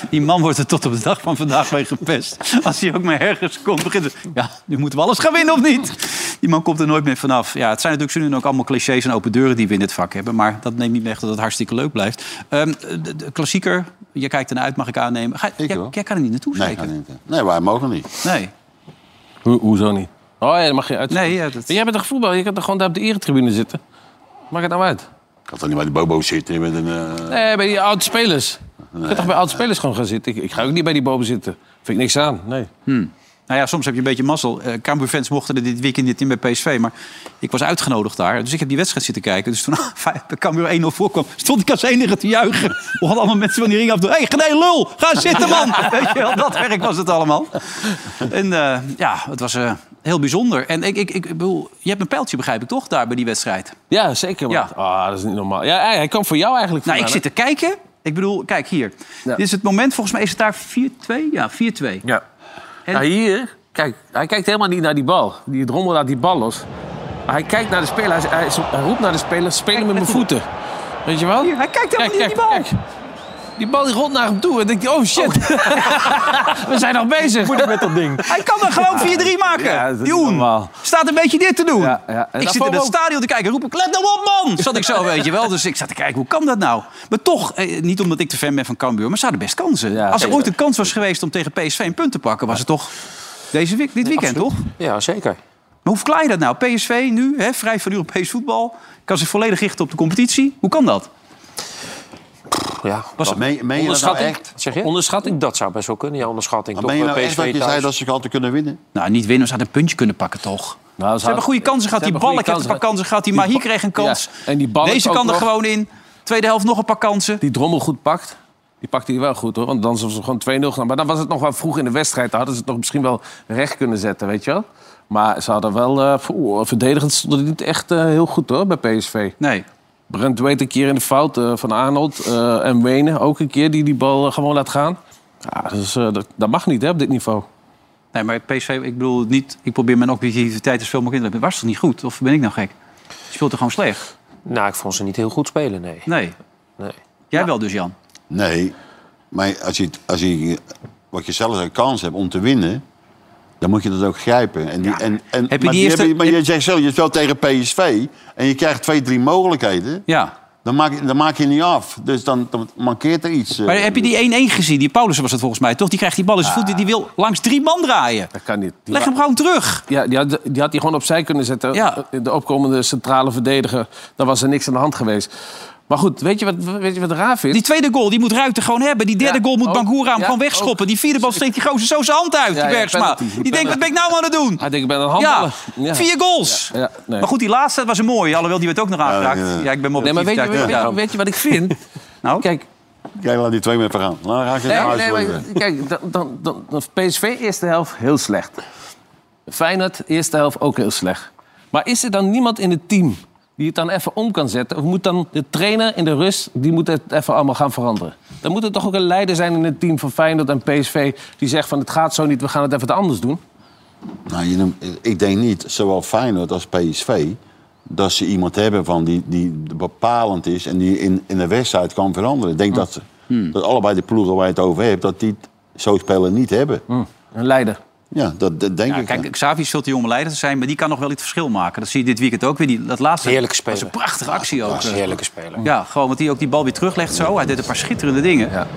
Speaker 2: Die man wordt er tot op de dag van vandaag mee gepest. Als hij ook maar ergens komt, begint het... Ja, nu moeten we alles gaan winnen of niet? Die man komt er nooit meer vanaf. Ja, het zijn natuurlijk zo nu ook allemaal clichés en open deuren die we in dit vak hebben. Maar dat neemt niet weg dat het hartstikke leuk blijft. Ehm, de, de klassieker, je kijkt ernaar uit, mag ik aannemen. Ga, jij,
Speaker 4: wel.
Speaker 2: jij kan er niet naartoe,
Speaker 4: Nee,
Speaker 2: zeker?
Speaker 4: kan niet. nee, wij mogen niet.
Speaker 2: Nee.
Speaker 7: Ho- hoezo niet? Oh ja, dat mag je uit.
Speaker 2: Nee, ja, dat-
Speaker 7: Jij bent toch voetbal? Je kan toch gewoon daar op de eretribune zitten? Maak het nou uit.
Speaker 4: Ik had dan niet bij de Bobo zitten met een... eh,
Speaker 7: Nee, bij die oude spelers. Ik ga toch bij oude spelers gewoon gaan zitten. Ik, ik ga ook niet bij die boven zitten. Vind ik niks aan, nee.
Speaker 2: Nou ja, soms heb je een beetje mazzel. Eh Cambuur-fans mochten er dit weekend niet in bij PSV. Maar ik was uitgenodigd daar. Dus ik heb die wedstrijd zitten kijken. Dus toen <laughs> Cambuur 1-0 voorkwam, stond ik als enige te juichen. We hadden allemaal mensen van die ring af. Hé, hey, nee, lul! Ga zitten, man! Weet je wel, dat werk was het allemaal. En eh, ja, het was eh, heel bijzonder. En ik, ik, ik bedoel, je hebt een pijltje, begrijp ik toch, daar bij die wedstrijd? Nou,
Speaker 7: Ja, zeker. Maar... Ah, dat is niet normaal. Ja, hij, hij kwam voor jou eigenlijk
Speaker 2: Nou, ik
Speaker 7: vandaan,
Speaker 2: zit te kijken. Ik bedoel, kijk hier. Dit is het moment, volgens mij is het daar 4-2? Ja, 4-2.
Speaker 7: Ja. Nou, hier, kijk, hij kijkt helemaal niet naar die bal. Die drommel laat die bal los. Maar hij kijkt naar de speler, hij, hij, hij roept naar de speler, spelen met mijn voeten. Weet je wel?
Speaker 2: hij kijkt helemaal
Speaker 7: niet naar die bal. Die bal die rolt naar hem toe en denkt, hij, oh shit, <laughs> we zijn nog bezig. Moet met dat ding.
Speaker 2: Hij kan er gewoon 4-3 maken.
Speaker 7: Ja, dat is
Speaker 2: Joen,
Speaker 7: normaal.
Speaker 2: staat een beetje dit te doen.
Speaker 7: En
Speaker 2: ik zit
Speaker 7: daarvoor
Speaker 2: in het
Speaker 7: ook.
Speaker 2: stadion te kijken, roep ik, let nou op man! Zat ik zo, weet je wel. Dus ik zat te kijken, hoe kan dat nou? Maar toch, eh, niet omdat ik de fan ben van Cambuur, maar ze hadden best kansen. Als er
Speaker 3: zeker.
Speaker 2: ooit een kans was geweest om tegen PSV een punt te pakken, was het toch deze week, dit weekend, toch?
Speaker 3: Ja, zeker.
Speaker 2: Maar hoe verklaar je dat nou? PSV nu, hè, vrij van Europees voetbal, kan zich volledig richten op de competitie. Hoe kan dat?
Speaker 3: Ja,
Speaker 2: Was het-
Speaker 4: meen- meen je dat nou echt?
Speaker 3: Zeg je? Onderschatting, dat zou best wel kunnen. Ja, onderschatting.
Speaker 4: Maar
Speaker 3: Toch
Speaker 4: meen je
Speaker 3: eh,
Speaker 4: nou echt
Speaker 3: PSV
Speaker 4: dat je
Speaker 3: thuis.
Speaker 4: zei dat ze hadden kunnen winnen?
Speaker 2: Nou, niet winnen, ze hadden een puntje kunnen pakken, toch?
Speaker 7: Nou,
Speaker 2: Ze hebben goede kansen gehad. Die Balk heeft een paar kansen gehad. Die Mahi kreeg een kans.
Speaker 7: En die Balk
Speaker 2: Deze
Speaker 7: ook
Speaker 2: kan er
Speaker 7: nog.
Speaker 2: gewoon in. Tweede helft nog een paar kansen.
Speaker 7: Die drommel goed pakt. Die pakte hij wel goed hoor, want dan was het gewoon 2-0 gedaan. Maar dan was het nog wel vroeg in de wedstrijd. Dan hadden ze het nog misschien wel recht kunnen zetten, weet je wel. Maar ze hadden wel, eh, poeh, verdedigend stonden die niet echt eh, heel goed hoor, bij PSV.
Speaker 2: Nee.
Speaker 7: Brent weet een keer in de fout eh, van Arnold eh, en Wenen ook een keer die die bal eh, gewoon laat gaan. Ja, dat, is, eh, dat, dat mag niet hè, op dit niveau.
Speaker 2: Nee, maar PSV, ik bedoel het niet. Ik probeer mijn objectiviteit als veel mogelijk in te hebben. Was toch niet goed? Of ben ik nou gek? Je speelt er gewoon slecht.
Speaker 3: Nou, ik vond ze niet heel goed spelen, nee.
Speaker 2: Nee.
Speaker 3: Nee.
Speaker 2: Jij wel dus, Jan.
Speaker 4: Nee, maar als je, als je wat je zelfs een kans hebt om te winnen, dan moet je dat ook grijpen. En die, en, en,
Speaker 2: Heb je
Speaker 4: maar
Speaker 2: die eerste-
Speaker 4: hebben- maar je zegt zo, je speelt tegen PSV en je krijgt twee, drie mogelijkheden.
Speaker 2: Ja.
Speaker 4: Dan maak, je- dan maak je niet af. Dus dan, dan mankeert er iets. eh.
Speaker 2: Maar heb je die 1-1 gezien? Die Paulus was het volgens mij, toch? Die krijgt die bal in zijn voet. Die wil langs drie man draaien.
Speaker 7: Dat kan niet. Die
Speaker 2: Leg
Speaker 7: wa-
Speaker 2: hem gewoon terug.
Speaker 7: Ja, die had, die had hij gewoon opzij kunnen zetten. eh, De opkomende centrale verdediger. Dan was er niks aan de hand geweest. Maar goed, weet je wat, weet je wat raar vindt?
Speaker 2: Die tweede goal, die moet Ruiter gewoon hebben. Die derde
Speaker 7: Ja,
Speaker 2: goal moet
Speaker 7: ook.
Speaker 2: Bangura hem
Speaker 7: Ja,
Speaker 2: gewoon wegschoppen. Die vierde bal steekt die gozer zo zijn hand uit,
Speaker 7: Ja,
Speaker 2: die
Speaker 7: ja,
Speaker 2: Bergsma.
Speaker 7: penalty. Die
Speaker 2: die denkt, wat ben ik nou aan het doen?
Speaker 7: Hij denkt, Ah, ik ben een
Speaker 2: Ja,
Speaker 7: handballer. Ja.
Speaker 2: vier goals.
Speaker 7: Ja, nee.
Speaker 2: Maar goed, die laatste was een mooie. Alhoewel, die werd ook nog aangeraakt. Ja,
Speaker 4: ja.
Speaker 2: ik ben me op
Speaker 7: Nee, maar weet je,
Speaker 2: activiteit-
Speaker 7: weet,
Speaker 2: ja.
Speaker 7: je, weet je wat ik <laughs> vind?
Speaker 2: Nou?
Speaker 7: Kijk,
Speaker 4: Kijk, laat die twee met gaan. Nou, Dan raak je
Speaker 7: nee,
Speaker 4: het huis
Speaker 7: nee,
Speaker 4: worden.
Speaker 7: maar, kijk dan, dan, dan, dan PSV eerste helft heel slecht. Feyenoord eerste helft ook heel slecht. Maar is er dan niemand in het team die het dan even om kan zetten? Of moet dan de trainer in de rust, die moet het even allemaal gaan veranderen? Dan moet er toch ook een leider zijn in het team van Feyenoord en PSV... die zegt van het gaat zo niet, we gaan het even anders doen.
Speaker 4: Nou, je noemt- ik denk niet, zowel Feyenoord als PSV, dat ze iemand hebben van die, die bepalend is en die in, in de wedstrijd kan veranderen. Ik denk
Speaker 7: Oh.
Speaker 4: dat, ze,
Speaker 7: Hmm.
Speaker 4: dat allebei de ploegen waar je het over hebt, dat die t- zo'n speler niet hebben.
Speaker 7: Een leider.
Speaker 4: Ja, dat, dat denk
Speaker 2: Ja,
Speaker 4: ik.
Speaker 2: kijk, Xavi zult die jonge leider zijn, maar die kan nog wel iets verschil maken. Dat zie je dit weekend ook weer. Die, dat laatste
Speaker 3: Heerlijke
Speaker 2: was een
Speaker 3: speler.
Speaker 2: prachtige actie ook.
Speaker 3: Een heerlijke speler.
Speaker 2: Ja, gewoon, want hij ook die bal weer teruglegt zo. Hij deed een paar schitterende dingen.
Speaker 7: Ja.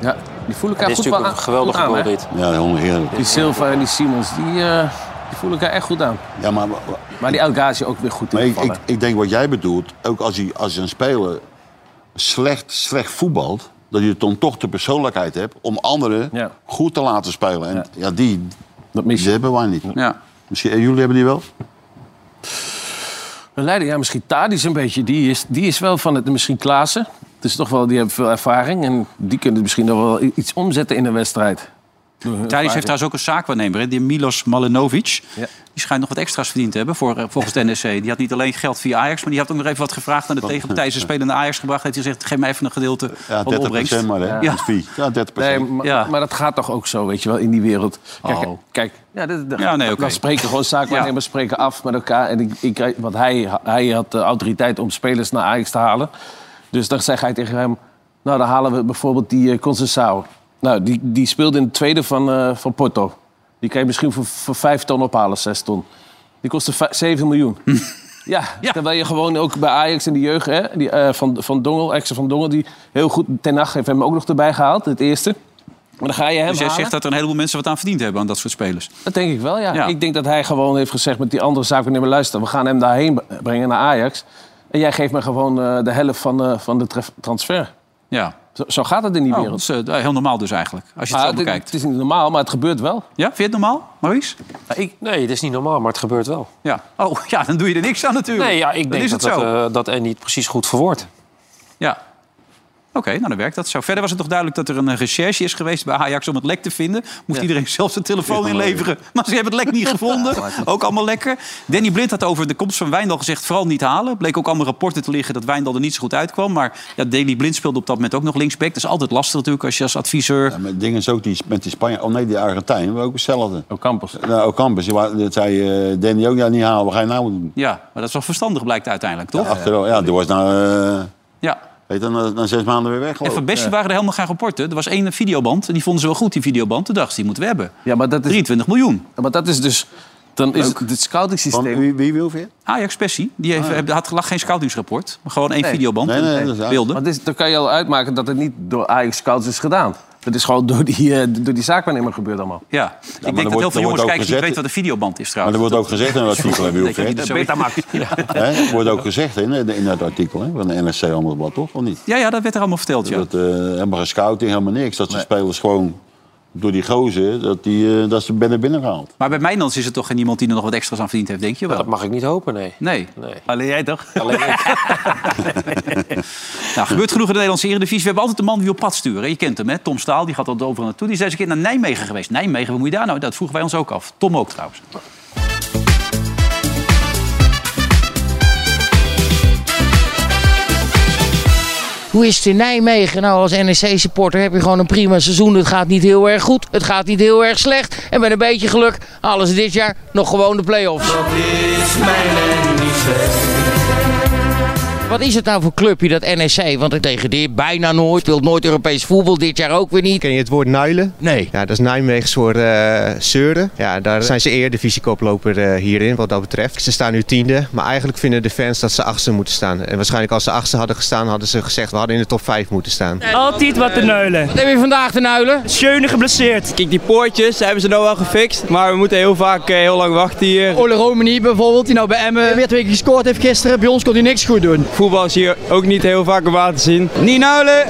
Speaker 7: Ja, die voelen
Speaker 3: Dit
Speaker 7: elkaar
Speaker 3: is
Speaker 7: goed wel
Speaker 3: natuurlijk
Speaker 7: aan.
Speaker 3: een geweldige
Speaker 7: goed aan,
Speaker 3: goal,
Speaker 7: hè?
Speaker 3: dit.
Speaker 4: Ja, onheerlijk.
Speaker 7: Die Silva en die Simons, die, eh, die voelen elkaar echt goed aan.
Speaker 4: Ja, maar,
Speaker 7: Maar die El Ghazi ook weer goed in
Speaker 4: maar ik,
Speaker 7: gevallen.
Speaker 4: ik, ik denk wat jij bedoelt, ook als, hij, als een speler slecht, slecht voetbalt, dat je dan toch de persoonlijkheid hebt om anderen
Speaker 7: Ja.
Speaker 4: goed te laten spelen. En ja, die,
Speaker 7: dat mis
Speaker 4: die hebben wij niet.
Speaker 2: Ja.
Speaker 4: Misschien, en jullie hebben die wel?
Speaker 7: Een leider, ja, misschien Tadic een beetje. Die is, die is wel van het, misschien Klaassen. Het is toch wel, die hebben veel ervaring. En die kunnen misschien nog wel i- iets omzetten in een wedstrijd.
Speaker 2: Tadic heeft trouwens ook een zaakwaarnemer, hè, die Milos Malenovic.
Speaker 7: Ja.
Speaker 2: Die schijnt nog wat extra's verdiend te hebben voor, eh, volgens de NEC. Die had niet alleen geld via Ajax, maar die had ook nog even wat gevraagd aan de tegenpartij. Ze spelende Ajax gebracht. Heeft hij gezegd, geef mij even een gedeelte
Speaker 4: Ja,
Speaker 2: van de
Speaker 4: 30
Speaker 2: opbrengst.
Speaker 4: maar, hè?
Speaker 2: Ja.
Speaker 4: Ja, ja 30
Speaker 7: Nee, maar,
Speaker 2: Ja.
Speaker 7: maar dat gaat toch ook zo, weet je wel, in die wereld. Kijk,
Speaker 2: Oh.
Speaker 7: kijk ja, dat, dat-
Speaker 2: Ja, nee, oké.
Speaker 7: dan spreken gewoon zaakwaarnemers spreken af met elkaar. En ik, ik, want hij, hij had de autoriteit om spelers naar Ajax te halen. Dus dan zei hij tegen hem... Nou, dan halen we bijvoorbeeld die eh Conceição. Nou, die, die speelde in de tweede van, eh, van Porto. Die kan je misschien voor, voor vijf ton ophalen, zes ton. Die kostte vij- 7 miljoen.
Speaker 2: Hm.
Speaker 7: Ja, terwijl je gewoon ook bij Ajax in de jeugd... Hè, die, eh, van, van Dongel, ex van Dongel, die heel goed... Ten Hag heeft hem ook nog erbij gehaald, het eerste. Maar dan ga je hem
Speaker 2: Dus jij
Speaker 7: halen.
Speaker 2: zegt dat er een heleboel mensen wat aan verdiend hebben aan dat soort spelers.
Speaker 7: Dat denk ik wel, ja.
Speaker 2: Ja.
Speaker 7: Ik denk dat hij gewoon heeft gezegd met die andere zaakwaarnemer... luister, we gaan hem daarheen brengen, naar Ajax. En jij geeft me gewoon eh, de helft van, eh, van de tref- transfer.
Speaker 2: Ja.
Speaker 7: Zo, zo gaat het in die
Speaker 2: Oh,
Speaker 7: wereld.
Speaker 2: dat is, eh, heel normaal dus eigenlijk, als je het
Speaker 7: Ah,
Speaker 2: zo
Speaker 7: dit-
Speaker 2: bekijkt.
Speaker 7: Het is niet normaal, maar het gebeurt wel.
Speaker 2: Ja, vind je het normaal, Maurice?
Speaker 3: Nou, Nee, het is niet normaal, maar het gebeurt wel.
Speaker 2: Ja. Oh, <laughs> ja, dan doe je er niks aan natuurlijk.
Speaker 3: Nee, ja, ik
Speaker 2: Dan
Speaker 3: denk
Speaker 2: is
Speaker 3: dat,
Speaker 2: het
Speaker 3: dat,
Speaker 2: zo.
Speaker 3: eh, dat Andy het precies goed verwoordt.
Speaker 2: Ja. Oké, nou dan werkt dat zo. Verder was het toch duidelijk dat er een eh, recherche is geweest bij Ajax om het lek te vinden. Moest iedereen zelf zijn telefoon
Speaker 10: Ja.
Speaker 2: inleveren. Maar ze hebben het lek
Speaker 3: <laughs>
Speaker 2: niet gevonden. ook allemaal lekker. Danny Blind had over de komst van Wijndal gezegd vooral niet halen. Bleek ook allemaal rapporten te liggen dat Wijndal er niet zo goed uitkwam. Maar ja, Danny Blind speelde op dat moment ook nog linksback. Dat is altijd lastig natuurlijk als je als adviseur...
Speaker 4: Ja, met dingen is ook die, met die Spanje. Oh nee, die Argentijn. We ook hetzelfde.
Speaker 2: Oh,
Speaker 7: Ocampos.
Speaker 4: Nou, Ocampos. die wa- Dat zei eh, Danny ook ja, niet halen. Wat ga je nou doen?
Speaker 2: Ja, maar dat is wel verstandig blijkt uiteindelijk, toch?
Speaker 4: Achteraf. Ja, die was nou... eh,
Speaker 2: Ja.
Speaker 4: Weet je, na, na zes maanden weer weg.
Speaker 2: En van Bessie waren er helemaal geen rapporten. Er was één videoband en die vonden ze wel goed, die videoband. Toen dachten ze, die moeten we hebben.
Speaker 7: Ja, maar dat is,
Speaker 2: 23 miljoen.
Speaker 7: Maar dat is dus... Dan is het, het scouting-systeem...
Speaker 4: Wie, wie wil je?
Speaker 2: Ajax Bessie, die heeft,
Speaker 7: Ah,
Speaker 2: had lag geen scoutingsrapport. Maar gewoon één videoband en beelden.
Speaker 7: Want dit- dan kan je al uitmaken dat het niet door Ajax scouts is gedaan. Dat is gewoon door die, eh, door die zaakwaarnemer gebeurd allemaal.
Speaker 2: Ja, ik denk dat heel veel jongens kijken die niet weten wat een videoband is
Speaker 4: Maar
Speaker 2: trouwens.
Speaker 4: er wordt ook gezegd in <laughs> dat artikel, hè,
Speaker 2: Nee, ik denk
Speaker 4: Wilfred.
Speaker 2: dat het zo is. Ja.
Speaker 4: Hè? Er wordt ook gezegd hè, in, in dat artikel hè, van de NRC Handelsblad, toch? Of niet?
Speaker 2: Ja, ja, dat werd er allemaal verteld, ja.
Speaker 4: Dat eh, helemaal geen scouting, helemaal niks. Dat ze spelers gewoon door die gozer, dat, die, eh, dat ze binnen binnen gehaald.
Speaker 2: Maar bij Mijnans is er toch niemand die er nog wat extra's aan verdiend heeft, denk je wel?
Speaker 3: Dat mag ik niet hopen, nee.
Speaker 2: Nee.
Speaker 7: Alleen jij toch?
Speaker 2: <laughs> Nou, gebeurt genoeg in de Nederlandse Eredivisie. We hebben altijd een man die op pad sturen. hè. Je kent hem, hè? Tom Staal, die gaat altijd overal naartoe. Die is deze keer naar Nijmegen geweest. Nijmegen, wat moet je daar nou? Dat vroegen wij ons ook af. Tom ook trouwens.
Speaker 15: Hoe is het in Nijmegen? Nou, als NEC-supporter heb je gewoon een prima seizoen. Het gaat niet heel erg goed, het gaat niet heel erg slecht. En met een beetje geluk halen ze dit jaar nog gewoon de play-offs.
Speaker 16: is mijn
Speaker 15: Wat is het nou voor clubje, dat NEC? Want het degradeert bijna nooit, speelt nooit Europees voetbal, dit jaar ook weer niet.
Speaker 17: Ken je het woord nuilen? Nee. Ja, dat is Nijmegens voor eh zeuren. Ja, daar zijn ze eerdivisiekoploper eh hierin wat dat betreft. Ze staan nu tiende, maar eigenlijk vinden de fans dat ze achtste moeten staan. En waarschijnlijk als ze achtste hadden gestaan, hadden ze gezegd we hadden in de top vijf moeten staan.
Speaker 18: Altijd wat te neulen. Wat
Speaker 15: heb je vandaag te neulen?
Speaker 18: Schöne geblesseerd. Kijk, die poortjes hebben ze nou wel gefixt, maar we moeten heel vaak eh, heel lang wachten hier.
Speaker 19: Ole Romani bijvoorbeeld, die nou bij Emmen weer twee keer gescoord heeft gisteren. Bij ons kon hij niks goed doen.
Speaker 18: Voetbal is hier ook niet heel vaak een water zien. Niet nuilen,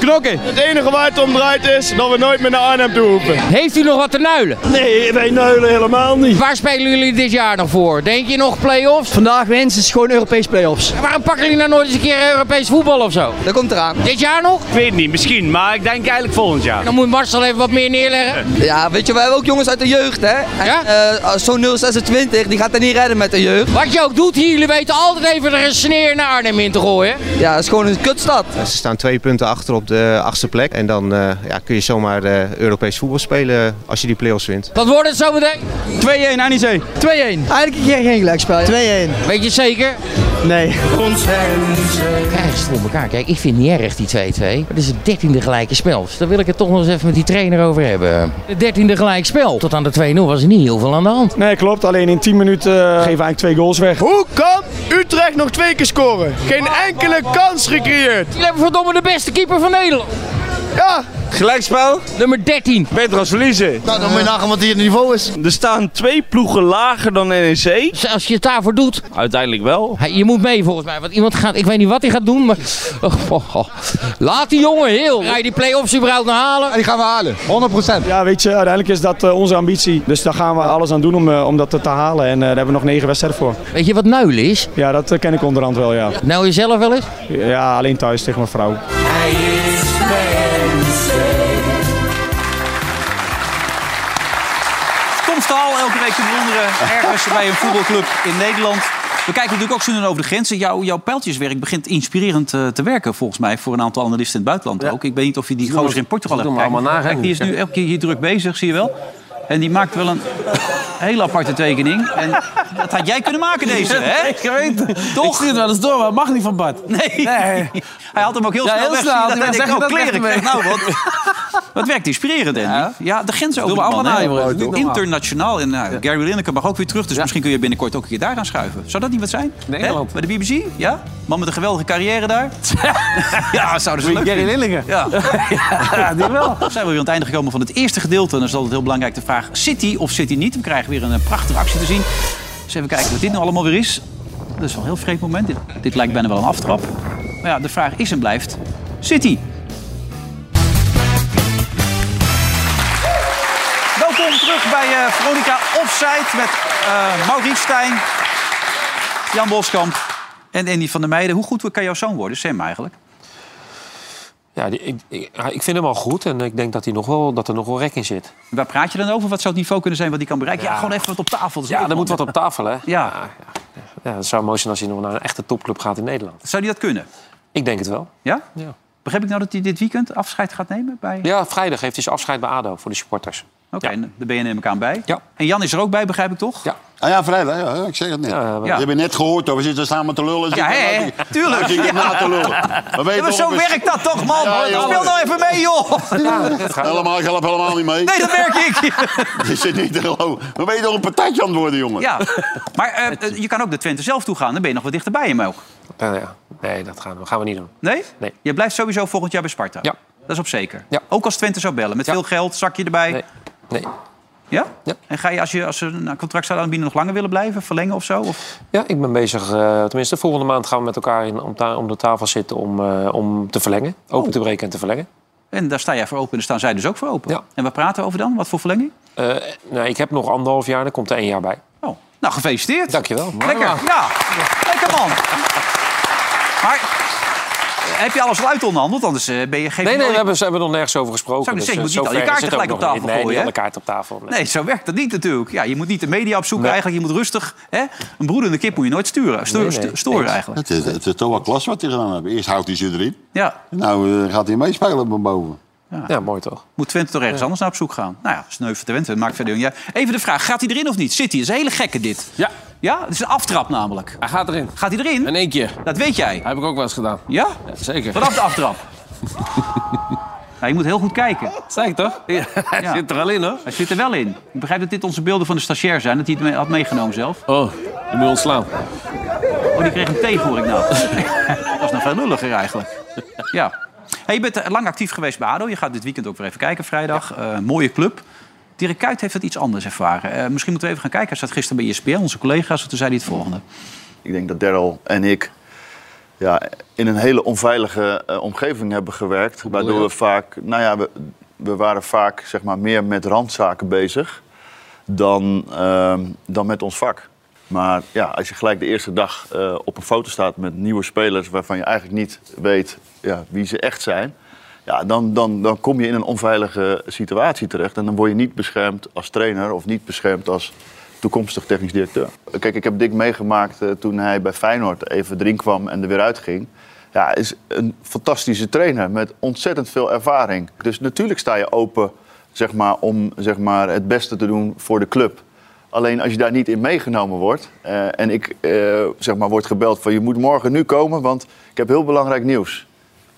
Speaker 18: knokken. Het enige waar het om draait is dat we nooit meer naar Arnhem toe hoeven.
Speaker 15: Heeft u nog wat te nuilen?
Speaker 18: Nee, wij
Speaker 19: Neulen helemaal niet.
Speaker 15: Waar spelen jullie dit jaar nog voor? Denk je nog play-offs?
Speaker 19: Vandaag winst is gewoon Europees play-offs.
Speaker 15: Waarom pakken jullie nou nooit eens een keer Europees voetbal of zo?
Speaker 19: Dat komt eraan.
Speaker 15: Dit jaar nog?
Speaker 18: Ik weet het niet, misschien, maar ik denk eigenlijk volgend jaar.
Speaker 15: Dan moet Marcel even wat meer neerleggen.
Speaker 19: Ja, weet je, we hebben ook jongens uit de jeugd, hè? En, eh, Zo'n 026, die gaat er niet redden met de jeugd.
Speaker 15: Wat je ook doet hier, jullie weten altijd even er een sneer naar Arnhem in te gooien.
Speaker 19: Ja, dat is gewoon een kutstad.
Speaker 17: Eh, Ze staan twee punten achter op de achtste plek. En dan eh, ja, kun je zomaar eh, Europees voetbal spelen als je die play-offs wint.
Speaker 15: Wat wordt het zo meteen?
Speaker 19: 2-1, NEC. 2-1. Eigenlijk een keer geen gelijkspel. 2-1.
Speaker 15: Weet je zeker?
Speaker 19: Nee.
Speaker 15: Krijgen ze het voor elkaar? Kijk, ik vind het niet erg die 2-2. Maar Het is het dertiende gelijke spel. Dus daar wil ik het toch nog eens even met die trainer over hebben. Het dertiende gelijk spel. Tot aan de 2-0 was er niet heel veel aan de hand.
Speaker 19: Nee, klopt. Alleen in 10 minuten eh, geven eigenlijk twee goals weg. Hoe kan Utrecht nog twee keer scoren? Geen enkele kans gecreëerd.
Speaker 15: Jullie hebben verdomme de beste keeper van Nederland.
Speaker 19: Ja.
Speaker 18: Gelijkspel?
Speaker 15: Nummer 13.
Speaker 18: Petras verliezen.
Speaker 19: Nou, dan moet je nagaan wat hier het niveau is.
Speaker 18: Er staan twee ploegen lager dan NEC.
Speaker 15: Dus als je het daarvoor doet,
Speaker 18: Uiteindelijk wel.
Speaker 15: Hij- je moet mee volgens mij. Want iemand gaat, ik weet niet wat hij gaat doen, maar... Oh, oh, oh. Laat die jongen heel. Ga je die play-offs überhaupt naar halen?
Speaker 19: Die gaan we halen, 100%. Ja, weet je, uiteindelijk is dat eh, onze ambitie. Dus daar gaan we alles aan doen om, eh, om dat te halen. En eh, daar hebben we nog negen wedstrijden voor.
Speaker 15: Weet je wat nuilen is?
Speaker 19: Ja, dat eh, ken ik onderhand wel, ja.
Speaker 15: Nou jezelf wel eens?
Speaker 19: Ja, alleen thuis tegen mijn vrouw.
Speaker 16: Hij is
Speaker 2: Tom Staal, elke week te bewonderen.
Speaker 7: <laughs>
Speaker 2: Ergens bij een voetbalclub in Nederland. We kijken natuurlijk ook zo nu over de grenzen. Jouw, jouw pijltjeswerk begint inspirerend eh, te werken, volgens mij. Voor een aantal analisten in het buitenland ook. Ik weet niet of je die
Speaker 7: doen
Speaker 2: gozer
Speaker 7: we-
Speaker 2: in Portugal
Speaker 7: ze
Speaker 2: hebt
Speaker 7: doen we
Speaker 2: gekeken.
Speaker 7: allemaal na, hè?
Speaker 2: Kijk, die is nu elke keer hier druk bezig, zie je wel. En die maakt
Speaker 7: <laughs>
Speaker 2: wel een hele aparte tekening. En dat had jij kunnen maken, deze, hè?
Speaker 7: Ik weet het. Toch? Ik stuur het wel eens door, maar het mag niet van Bart.
Speaker 2: Nee. <laughs> Hij had hem ook heel
Speaker 7: Ja,
Speaker 2: snel
Speaker 7: heel
Speaker 2: weg.
Speaker 7: snel had hij
Speaker 2: dat
Speaker 7: weg.
Speaker 2: ik
Speaker 7: Zeg
Speaker 2: ook
Speaker 7: dat
Speaker 2: kleren
Speaker 7: echt
Speaker 2: kreeg.
Speaker 7: mee.
Speaker 2: Nou, wat,
Speaker 7: <laughs>
Speaker 2: wat werkt inspirerend, Andy. Ja, de grenzen
Speaker 7: Doe
Speaker 2: over
Speaker 7: maar allemaal na, jongens. Niet normaal.
Speaker 2: Internationaal. En nou, Gary Lineker mag ook weer terug. Dus misschien kun je binnenkort ook een keer daar gaan schuiven. Zou dat niet wat zijn?
Speaker 7: In
Speaker 2: Hè?
Speaker 7: Engeland.
Speaker 2: Bij de BBC? Ja? Man met een geweldige carrière daar. ja, zouden ze
Speaker 7: Wie
Speaker 2: leuk
Speaker 7: Gary
Speaker 2: vinden.
Speaker 7: Lineker?
Speaker 2: Ja. ja, die wel. We zijn we weer aan het einde gekomen van het eerste gedeelte. En dan is altijd heel belangrijk de vraag, zit hij of zit hij niet? We krijgen weer een eh, prachtige actie te zien. Dus even kijken wat dit nou allemaal weer is. Dat is wel een heel vreemd moment. Dit, dit lijkt bijna wel een aftrap. Maar ja, de vraag is en blijft, zit hij? eh Veronica Offside met eh Maurice Stijn, Jan Boskamp en Andy van der Meijden. Hoe goed kan jouw zoon worden, Sam eigenlijk?
Speaker 3: Ja, die- ik, ik, ja, ik vind hem al goed en ik denk dat, hij nog wel, dat er nog wel rek in zit.
Speaker 2: Waar praat je dan over? Wat zou het niveau kunnen zijn wat hij kan bereiken? Ja, gewoon even wat op tafel. Ja,
Speaker 3: er moet wat op tafel, hè?
Speaker 2: Ja.
Speaker 3: Ja, het zou mooi zijn als hij nog naar een echte topclub gaat in Nederland.
Speaker 2: Zou hij dat kunnen?
Speaker 3: Ik denk het wel.
Speaker 2: Ja?
Speaker 3: Ja.
Speaker 2: Begrijp ik nou dat hij dit weekend afscheid gaat nemen? Bij...
Speaker 3: Ja, vrijdag heeft hij zijn afscheid bij ADO voor de supporters.
Speaker 2: Oké, en daar ben je neem ik aan bij. En Jan is er ook bij, begrijp ik toch?
Speaker 3: Ja.
Speaker 4: Ah ja, vrijdag. Ja, ik zeg het net.
Speaker 2: we-
Speaker 4: Je hebt net gehoord, hoor. we zitten samen te lullen.
Speaker 2: Ja,
Speaker 4: zitten-
Speaker 2: hè,
Speaker 4: nou,
Speaker 2: tuurlijk.
Speaker 4: nou zit ik na te lullen.
Speaker 2: Ja,
Speaker 4: weten
Speaker 2: maar zo
Speaker 4: toch, we-
Speaker 2: werkt dat toch, man?
Speaker 4: Ja, joh.
Speaker 2: Speel nou even mee, joh!
Speaker 4: Helemaal, ik help helemaal niet mee.
Speaker 2: Nee, dat merk ik. <laughs>
Speaker 4: Je zit niet te geloven. Dan ben je toch een partijtje aan het worden, jongen.
Speaker 2: Ja, maar eh, eh, je kan ook naar Twente zelf toe gaan. Dan ben je nog wat dichterbij hem ook.
Speaker 3: Nee, dat gaan we, gaan we niet doen.
Speaker 2: Nee?
Speaker 3: Nee.
Speaker 2: Je blijft sowieso volgend jaar bij Sparta? Ja. Dat is op zeker? Ook als Twente zou bellen? Met veel geld, zakje erbij? Nee. Ja? En ga je, als, je, als ze een contract zouden aanbieden, nog langer willen blijven? Verlengen of zo? Of...
Speaker 3: Ja, ik ben bezig. eh, tenminste, volgende maand gaan we met elkaar in, om, ta- om de tafel zitten om, eh, om te verlengen. Open
Speaker 2: Oh.
Speaker 3: te breken en te verlengen.
Speaker 2: En daar sta jij voor open en daar staan zij dus ook voor open. En waar praten we over dan? Wat voor verlenging?
Speaker 3: Eh, nou, ik heb nog anderhalf jaar, daar komt er één jaar bij.
Speaker 2: Oh, nou, gefeliciteerd.
Speaker 3: Dankjewel.
Speaker 2: Lekker, ja. Lekker man. Maar eh, heb je alles al uit onderhandeld? Anders eh, ben je geen...
Speaker 3: Nee, nee, we hebben, ze hebben er nog nergens over gesproken.
Speaker 2: Zou ik
Speaker 3: dus,
Speaker 2: zeggen,
Speaker 3: eh,
Speaker 2: je moet niet al je
Speaker 3: zover
Speaker 2: kaarten
Speaker 3: zit er ook
Speaker 2: gelijk op
Speaker 3: nog niet.
Speaker 2: tafel
Speaker 3: Nee, niet
Speaker 2: gooien,
Speaker 3: alle
Speaker 2: hè?
Speaker 3: kaarten op tafel. nee.
Speaker 2: Nee, zo werkt dat niet natuurlijk. Ja, je moet niet de media opzoeken eigenlijk. Je moet rustig... Hè? Een broedende kip moet je nooit sturen, sturen,
Speaker 4: Nee, nee,
Speaker 2: storen
Speaker 4: eens.
Speaker 2: eigenlijk.
Speaker 4: Het is, het is toch wel klas wat hij gedaan hebben. Eerst houdt hij ze erin.
Speaker 2: Ja.
Speaker 4: Nou eh, gaat hij meespelen van boven.
Speaker 2: Ja.
Speaker 3: mooi toch?
Speaker 2: Moet Twente toch ergens anders naar op zoek gaan? Nou ja, sneu voor Twente. Maakt verder niet uit. Even de vraag, gaat hij erin of niet? City is een hele gekke dit.
Speaker 7: Ja.
Speaker 2: Ja? Het is een aftrap namelijk.
Speaker 7: Hij gaat erin.
Speaker 2: Gaat hij erin?
Speaker 7: In één keer.
Speaker 2: Dat weet jij.
Speaker 7: Heb ik ook wel eens gedaan.
Speaker 2: Ja?
Speaker 7: Zeker.
Speaker 2: Vanaf de aftrap. <laughs> Nou, je moet heel goed kijken.
Speaker 7: Zeg toch? <laughs> Ja, hij zit er al in, hoor.
Speaker 2: Hij zit er wel in. Ik begrijp dat dit onze beelden van de stagiair zijn. Dat hij het mee- had meegenomen zelf.
Speaker 7: Oh, je moet ontslaan.
Speaker 2: Oh, die kreeg een thee, hoor ik nou. <laughs> dat was nog veel lulliger eigenlijk. Ja. Hey, je bent eh, lang actief geweest bij ADO. Je gaat dit weekend ook weer even kijken, vrijdag. Eh, mooie club. Dirk Kuyt heeft dat iets anders ervaren. Eh, misschien moeten we even gaan kijken. Hij zat gisteren bij E ESPN, onze collega's. en Toen zei hij het volgende.
Speaker 20: Ik denk dat Daryl en ik ja, in een hele onveilige eh, omgeving hebben gewerkt. Waardoor we vaak, nou ja, we, we waren vaak zeg maar, meer met randzaken bezig dan, ehm, dan met ons vak. Maar ja, als je gelijk de eerste dag eh, op een foto staat met nieuwe spelers waarvan je eigenlijk niet weet ja, wie ze echt zijn. Ja, dan, dan, dan kom je in een onveilige situatie terecht. En dan word je niet beschermd als trainer of niet beschermd als toekomstig technisch directeur. Kijk, ik heb Dick meegemaakt eh, toen hij bij Feyenoord even erin kwam en er weer uitging. Ja, hij is een fantastische trainer met ontzettend veel ervaring. Dus natuurlijk sta je open zeg maar, om zeg maar, het beste te doen voor de club. Alleen als je daar niet in meegenomen wordt eh, en ik eh, zeg maar, word gebeld van je moet morgen nu komen, want ik heb heel belangrijk nieuws.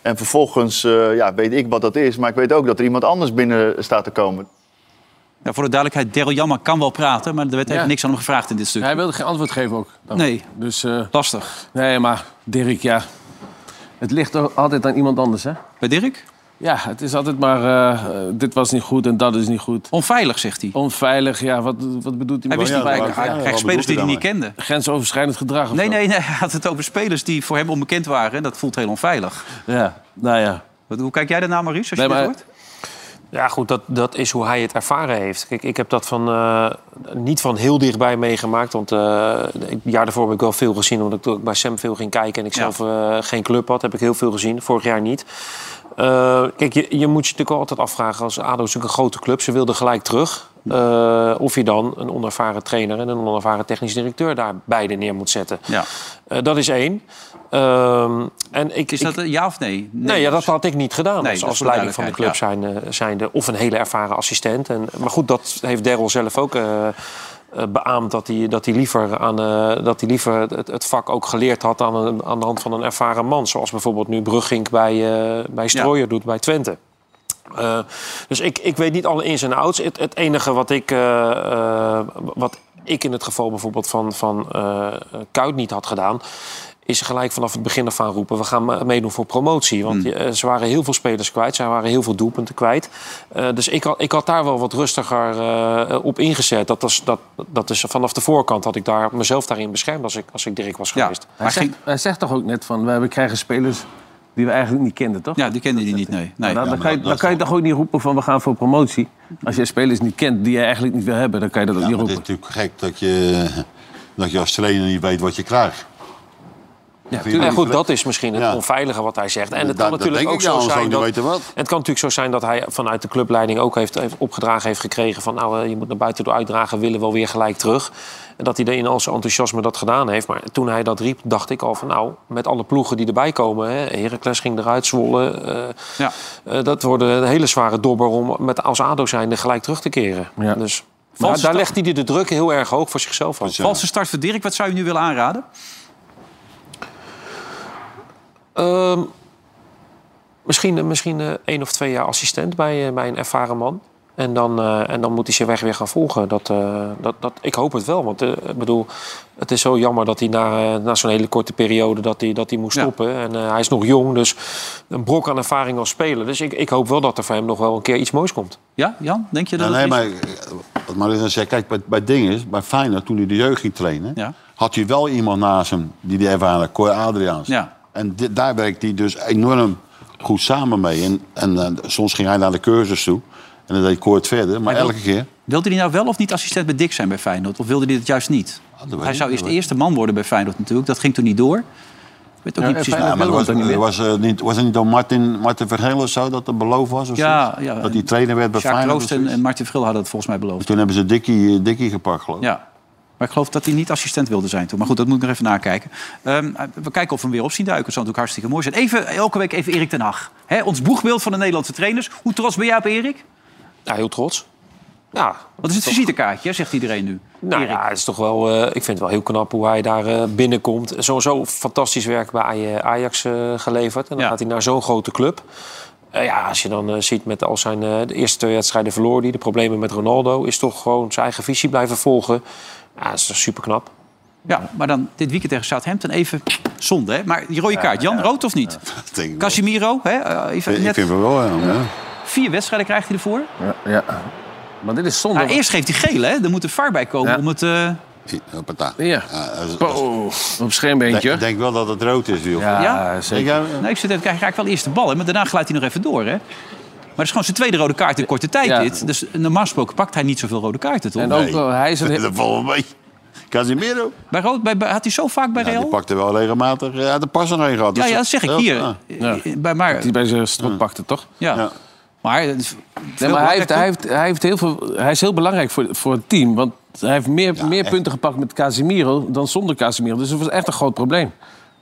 Speaker 20: En vervolgens eh, ja, weet ik wat dat is, maar ik weet ook dat er iemand anders binnen staat te komen.
Speaker 2: Ja, Nou, voor de duidelijkheid, Daryl Jammer kan wel praten... maar er werd even
Speaker 7: Ja.
Speaker 2: niks aan hem gevraagd in dit stuk.
Speaker 7: Hij wilde geen antwoord geven ook.
Speaker 2: Nee.
Speaker 7: Dus, eh,
Speaker 2: Lastig.
Speaker 7: Nee, maar Dirk, ja. Het ligt toch altijd aan iemand anders, hè?
Speaker 2: Bij Dirk?
Speaker 7: Ja, het is altijd maar... eh, eh, dit was niet goed en dat is niet goed.
Speaker 2: Onveilig, zegt hij.
Speaker 7: Onveilig, ja. Wat, wat bedoelt hij?
Speaker 2: Hij wist
Speaker 7: met
Speaker 2: niet bij.
Speaker 7: onveilig?
Speaker 2: Hij
Speaker 7: Oh, Ja,
Speaker 2: krijgt
Speaker 7: wat
Speaker 2: spelers die hij niet
Speaker 7: bedoelt
Speaker 2: kende.
Speaker 7: dan? Grensoverschrijdend gedrag of
Speaker 2: Nee,
Speaker 7: zo?
Speaker 2: nee, nee, hij had het over spelers die voor hem onbekend waren. En dat voelt heel onveilig.
Speaker 7: Ja, nou ja.
Speaker 2: Wat- Hoe kijk jij daarna, Maurice, als je
Speaker 3: Nee,
Speaker 2: dit
Speaker 3: maar-
Speaker 2: hoort?
Speaker 3: Ja, goed, dat, dat is hoe hij het ervaren heeft. Kijk, ik heb dat van, eh, niet van heel dichtbij meegemaakt. Want eh het jaar daarvoor heb ik wel veel gezien. Omdat ik toen ook bij Sam veel ging kijken en ik zelf eh, geen club had. Heb ik heel veel gezien, vorig jaar niet. Eh, kijk, je, je moet je natuurlijk wel altijd afvragen. Als ADO is natuurlijk een grote club. Ze wilden gelijk terug. Eh, of je dan een onervaren trainer en een onervaren technisch directeur daar beide neer moet zetten.
Speaker 2: Ja.
Speaker 3: Eh, dat is één. Ehm, en ik,
Speaker 2: Is
Speaker 3: ik-
Speaker 2: dat een ja of nee? dus-
Speaker 3: Nee, ja, dat had ik niet gedaan.
Speaker 2: Nee,
Speaker 3: als
Speaker 2: dat is
Speaker 3: als
Speaker 2: voor
Speaker 3: leiding van de club
Speaker 2: duidelijkheid,
Speaker 3: zijn, eh, zijnde. Of een hele ervaren assistent. En, maar goed, dat heeft Daryl zelf ook eh, eh, beaamd. Dat hij, dat hij liever, aan, eh, dat hij liever het, het vak ook geleerd had aan, een- aan de hand van een ervaren man. Zoals bijvoorbeeld nu Bruggink bij, eh, bij Strooier doet bij Twente. Eh, dus ik, ik weet niet alle ins en outs. Het, het enige wat ik, eh, eh, wat ik in het geval bijvoorbeeld van, van eh Kuit niet had gedaan... is gelijk vanaf het begin af aan roepen... we gaan me- meedoen voor promotie. Want eh, ze waren heel veel spelers kwijt. Ze waren heel veel doelpunten kwijt. Eh, dus ik had, ik had daar wel wat rustiger eh, op ingezet. Dat is, dat, dat is vanaf de voorkant had ik daar, mezelf daarin beschermd... als ik, als ik Dirk was geweest.
Speaker 7: Hij, zegt, hij zegt toch ook net van, we hebben- krijgen spelers Die we eigenlijk niet kenden, toch?
Speaker 2: Ja, die kenden die niet, nee.
Speaker 3: Nou,
Speaker 7: dan, dan kan je, dan kan je toch ook niet roepen van we gaan voor promotie. Als je spelers niet kent die je eigenlijk niet wil hebben, dan kan je dat ook niet
Speaker 4: Nou, Het is
Speaker 7: roepen.
Speaker 4: natuurlijk gek dat je, dat je als trainer niet weet wat je krijgt.
Speaker 3: Ja,
Speaker 4: Vind je
Speaker 3: ja,
Speaker 4: niet
Speaker 3: goed,
Speaker 4: terecht?
Speaker 3: dat is misschien het
Speaker 4: Ja.
Speaker 3: onveilige wat hij zegt. En
Speaker 4: Dat-
Speaker 3: het kan
Speaker 4: dat
Speaker 3: natuurlijk
Speaker 4: denk
Speaker 3: ook
Speaker 4: ik, ja,
Speaker 3: zo
Speaker 4: anders
Speaker 3: zijn
Speaker 4: zou ik
Speaker 3: dat...
Speaker 4: niet weten wat.
Speaker 3: Het kan natuurlijk zo zijn dat hij vanuit de clubleiding ook heeft, heeft opgedragen heeft gekregen... van nou, eh, je moet naar buiten toe uitdragen, willen wel weer gelijk terug. En dat hij in al zijn enthousiasme dat gedaan heeft. Maar toen hij dat riep, dacht ik al van nou, met alle ploegen die erbij komen... Hè, Heracles ging eruit, Zwolle... eh, eh, dat wordt een hele zware dobber om met als ADO zijnde gelijk terug te keren.
Speaker 7: Ja.
Speaker 3: Dus
Speaker 2: Valse
Speaker 3: maar daar
Speaker 2: start.
Speaker 3: legt hij de druk heel erg hoog voor zichzelf af.
Speaker 2: Valse start voor Dirk, wat zou je nu willen aanraden?
Speaker 3: Ehm, misschien misschien eh, één of twee jaar assistent bij, eh, bij een ervaren man. En dan, eh, en dan moet hij zijn weg weer gaan volgen. Dat, eh, dat, dat, ik hoop het wel. Want eh, ik bedoel, het is zo jammer dat hij na, eh, na zo'n hele korte periode dat hij, dat hij moest stoppen. En eh, hij is nog jong, dus een brok aan ervaring als speler. Dus ik, ik hoop wel dat er voor hem nog wel een keer iets moois komt.
Speaker 2: Ja, Jan, denk je dat
Speaker 4: Ja,
Speaker 2: het
Speaker 4: nee,
Speaker 2: is?
Speaker 4: maar eh, wat Marissa zei, kijk, bij, bij Dinges, bij Feyenoord, toen hij de jeugd ging trainen... had hij wel iemand naast hem die die ervaren, had, Cor Adriaans. En di- daar werkt hij dus enorm goed samen mee. En, en eh, soms ging hij naar de cursus toe en dan deed Cor het verder. Maar
Speaker 2: Hij wil-
Speaker 4: elke keer...
Speaker 2: Wilde hij nou wel of niet assistent bij Dick zijn bij Feyenoord? Of wilde hij dat juist niet?
Speaker 4: weet
Speaker 2: hij zou
Speaker 4: ik, Ah, dat
Speaker 2: eerst de
Speaker 4: weet
Speaker 2: eerste man worden bij Feyenoord natuurlijk. Dat ging toen niet door. Ik weet ook niet precies
Speaker 4: Ja,
Speaker 2: waarom.
Speaker 4: maar was, was, eh, niet, was het niet door Martin, Martin Vergeel of zo dat het beloofd was? Of
Speaker 2: Ja,
Speaker 4: zoiets?
Speaker 2: ja,
Speaker 4: dat hij trainer werd bij
Speaker 2: Sjaak
Speaker 4: Feyenoord? of
Speaker 2: Kloost en,
Speaker 4: zoiets?
Speaker 2: en Martin Vril hadden het volgens mij beloofd.
Speaker 4: Toen hebben ze Dickie, eh, Dickie gepakt, geloof ik.
Speaker 2: Ja. Maar ik geloof dat hij niet assistent wilde zijn toen. Maar goed, dat moet ik nog even nakijken. Ehm, we kijken of we hem weer op zien duiken. Dat zou natuurlijk hartstikke mooi zijn. Even, elke week even Erik ten Hag. Hè, ons boegbeeld van de Nederlandse trainers. Hoe trots ben jij op Erik?
Speaker 3: Ja, heel trots. Ja,
Speaker 2: Wat is het visitekaartje, hè, zegt iedereen nu.
Speaker 3: Nou ja, het is toch wel, eh, ik vind het wel heel knap hoe hij daar eh, binnenkomt. Sowieso fantastisch werk bij eh, Ajax eh, geleverd. En dan gaat hij naar zo'n grote club. Eh, ja, als je dan eh, ziet met al zijn eh, de eerste twee wedstrijden verloor hij. De problemen met Ronaldo. Is toch gewoon zijn eigen visie blijven volgen. Ja, dat is toch super knap.
Speaker 2: Ja, maar dan dit weekend tegen Southampton even zonde. Hè? Maar die rode kaart, Jan, rood of niet? Casimiro, hè? eh, even
Speaker 4: Ik
Speaker 2: net
Speaker 4: vind het wel, ja. ja.
Speaker 2: vier wedstrijden krijgt hij ervoor.
Speaker 7: Ja, ja. Maar dit is zonde.
Speaker 2: Maar eerst geeft hij geel, hè? Er moet een VAR bij komen om het... eh,
Speaker 4: Hoppata.
Speaker 7: Ja.
Speaker 2: Oh,
Speaker 7: op scheenbeentje.
Speaker 4: Ik denk wel dat het rood is, joh.
Speaker 2: Ja,
Speaker 4: Denk jij-
Speaker 2: Nee, nou, ik zit even, hij raakt wel eerst de bal, hè, maar daarna glijdt hij nog even door. Hè? Maar het is gewoon zijn tweede rode kaart in korte tijd.
Speaker 7: Ja.
Speaker 2: Dit. Dus normaal gesproken pakt hij niet zoveel rode kaarten, toch?
Speaker 7: En ook, eh, hij is
Speaker 4: Dat valt wel mee. Casimiro.
Speaker 2: Bij rood bij, bij- had hij zo vaak bij
Speaker 4: Ja,
Speaker 2: Real?
Speaker 4: die pakte wel regelmatig. Hij had de pas nog een gehad.
Speaker 2: Ja, ja, dat zeg ik hier.
Speaker 4: ah.
Speaker 2: Eh, Bij maar,
Speaker 7: Die bij zijn strop pakte, toch?
Speaker 2: ja. Maar, het is
Speaker 7: Nee,
Speaker 2: veel
Speaker 7: maar hij, heeft,
Speaker 2: belangrijker.
Speaker 7: hij, heeft, hij, heeft heel veel, hij is heel belangrijk voor, voor het team. Want hij heeft meer, meer punten gepakt met Casemiro dan zonder Casemiro. Dus dat was echt een groot probleem.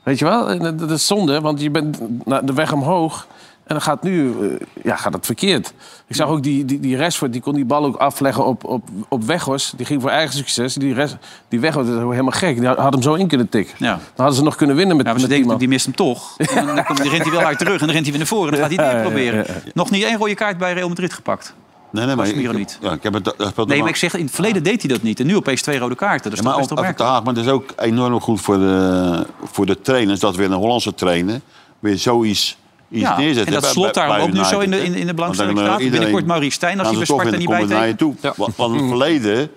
Speaker 7: Weet je wel? En eh, Dat dat is zonde, want je bent naar de weg omhoog. En dan gaat nu eh, ja, gaat het verkeerd. Ik zag ook die, die, die Rashford, die kon die bal ook afleggen op, op, op Weghorst. Die ging voor eigen succes. Die, rest, die Weghorst dat was helemaal gek. Die had, had hem zo in kunnen tikken.
Speaker 2: Ja.
Speaker 7: Dan hadden ze nog kunnen winnen met,
Speaker 2: Ja, maar
Speaker 7: met
Speaker 2: dan denk ik, Nou, die
Speaker 7: die
Speaker 2: mist hem toch. En dan, komt- dan rent hij wel hard terug en dan rent hij weer naar voren. Dan gaat hij het
Speaker 7: Ja,
Speaker 2: weer
Speaker 7: ja,
Speaker 2: proberen.
Speaker 7: ja, ja.
Speaker 2: Nog niet één rode kaart bij Real Madrid gepakt.
Speaker 4: Nee, nee, maar
Speaker 2: Casemiro
Speaker 4: ik,
Speaker 2: niet.
Speaker 4: Ja, ik heb het, dat speelt
Speaker 2: Nee,
Speaker 4: normaal.
Speaker 2: maar ik zeg, in het verleden deed hij dat niet. En nu opeens twee rode kaarten. Dus Dat is
Speaker 4: Ja, maar
Speaker 2: toch best
Speaker 4: op, op de
Speaker 2: opmerkelijk.
Speaker 4: Haag, maar dat is ook enorm goed voor de, voor de trainers... dat weer een Hollandse trainer weer zoiets, iets
Speaker 2: Ja,
Speaker 4: neerzet.
Speaker 2: en dat
Speaker 4: Bij-
Speaker 2: slot
Speaker 4: bij-
Speaker 2: daarom
Speaker 4: bij
Speaker 2: ook nu zo
Speaker 4: United,
Speaker 2: in de-
Speaker 4: hè.
Speaker 2: in- in de
Speaker 4: Want
Speaker 2: belangstelling
Speaker 4: dan, eh,
Speaker 2: staat.
Speaker 4: iedereen
Speaker 2: Binnenkort Maurice Stijn, als
Speaker 4: gaan
Speaker 2: hij
Speaker 4: ze
Speaker 2: bij
Speaker 4: toch
Speaker 2: Sparta
Speaker 4: vinden,
Speaker 2: niet
Speaker 4: komt
Speaker 2: bij
Speaker 4: het naar je toe. Want Van het verleden,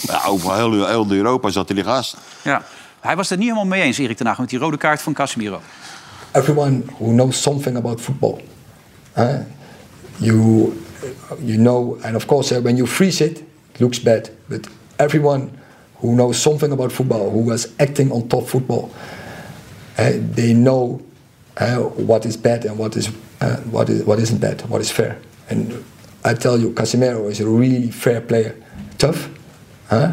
Speaker 4: ja, over heel, heel Europa zat hij die gast.
Speaker 2: Ja. Hij was het niet helemaal mee eens, Erik ten Hag, met die rode kaart van Casemiro.
Speaker 21: everyone who knows something about football. eh? You, you know, and of course, eh, when you freeze it, it looks bad. But everyone who knows something about football, who was acting on top football, eh, they know eh, what is bad and what is, eh, what is what isn't bad, what is fair. And I tell you, Casemiro is a really fair player, tough, eh,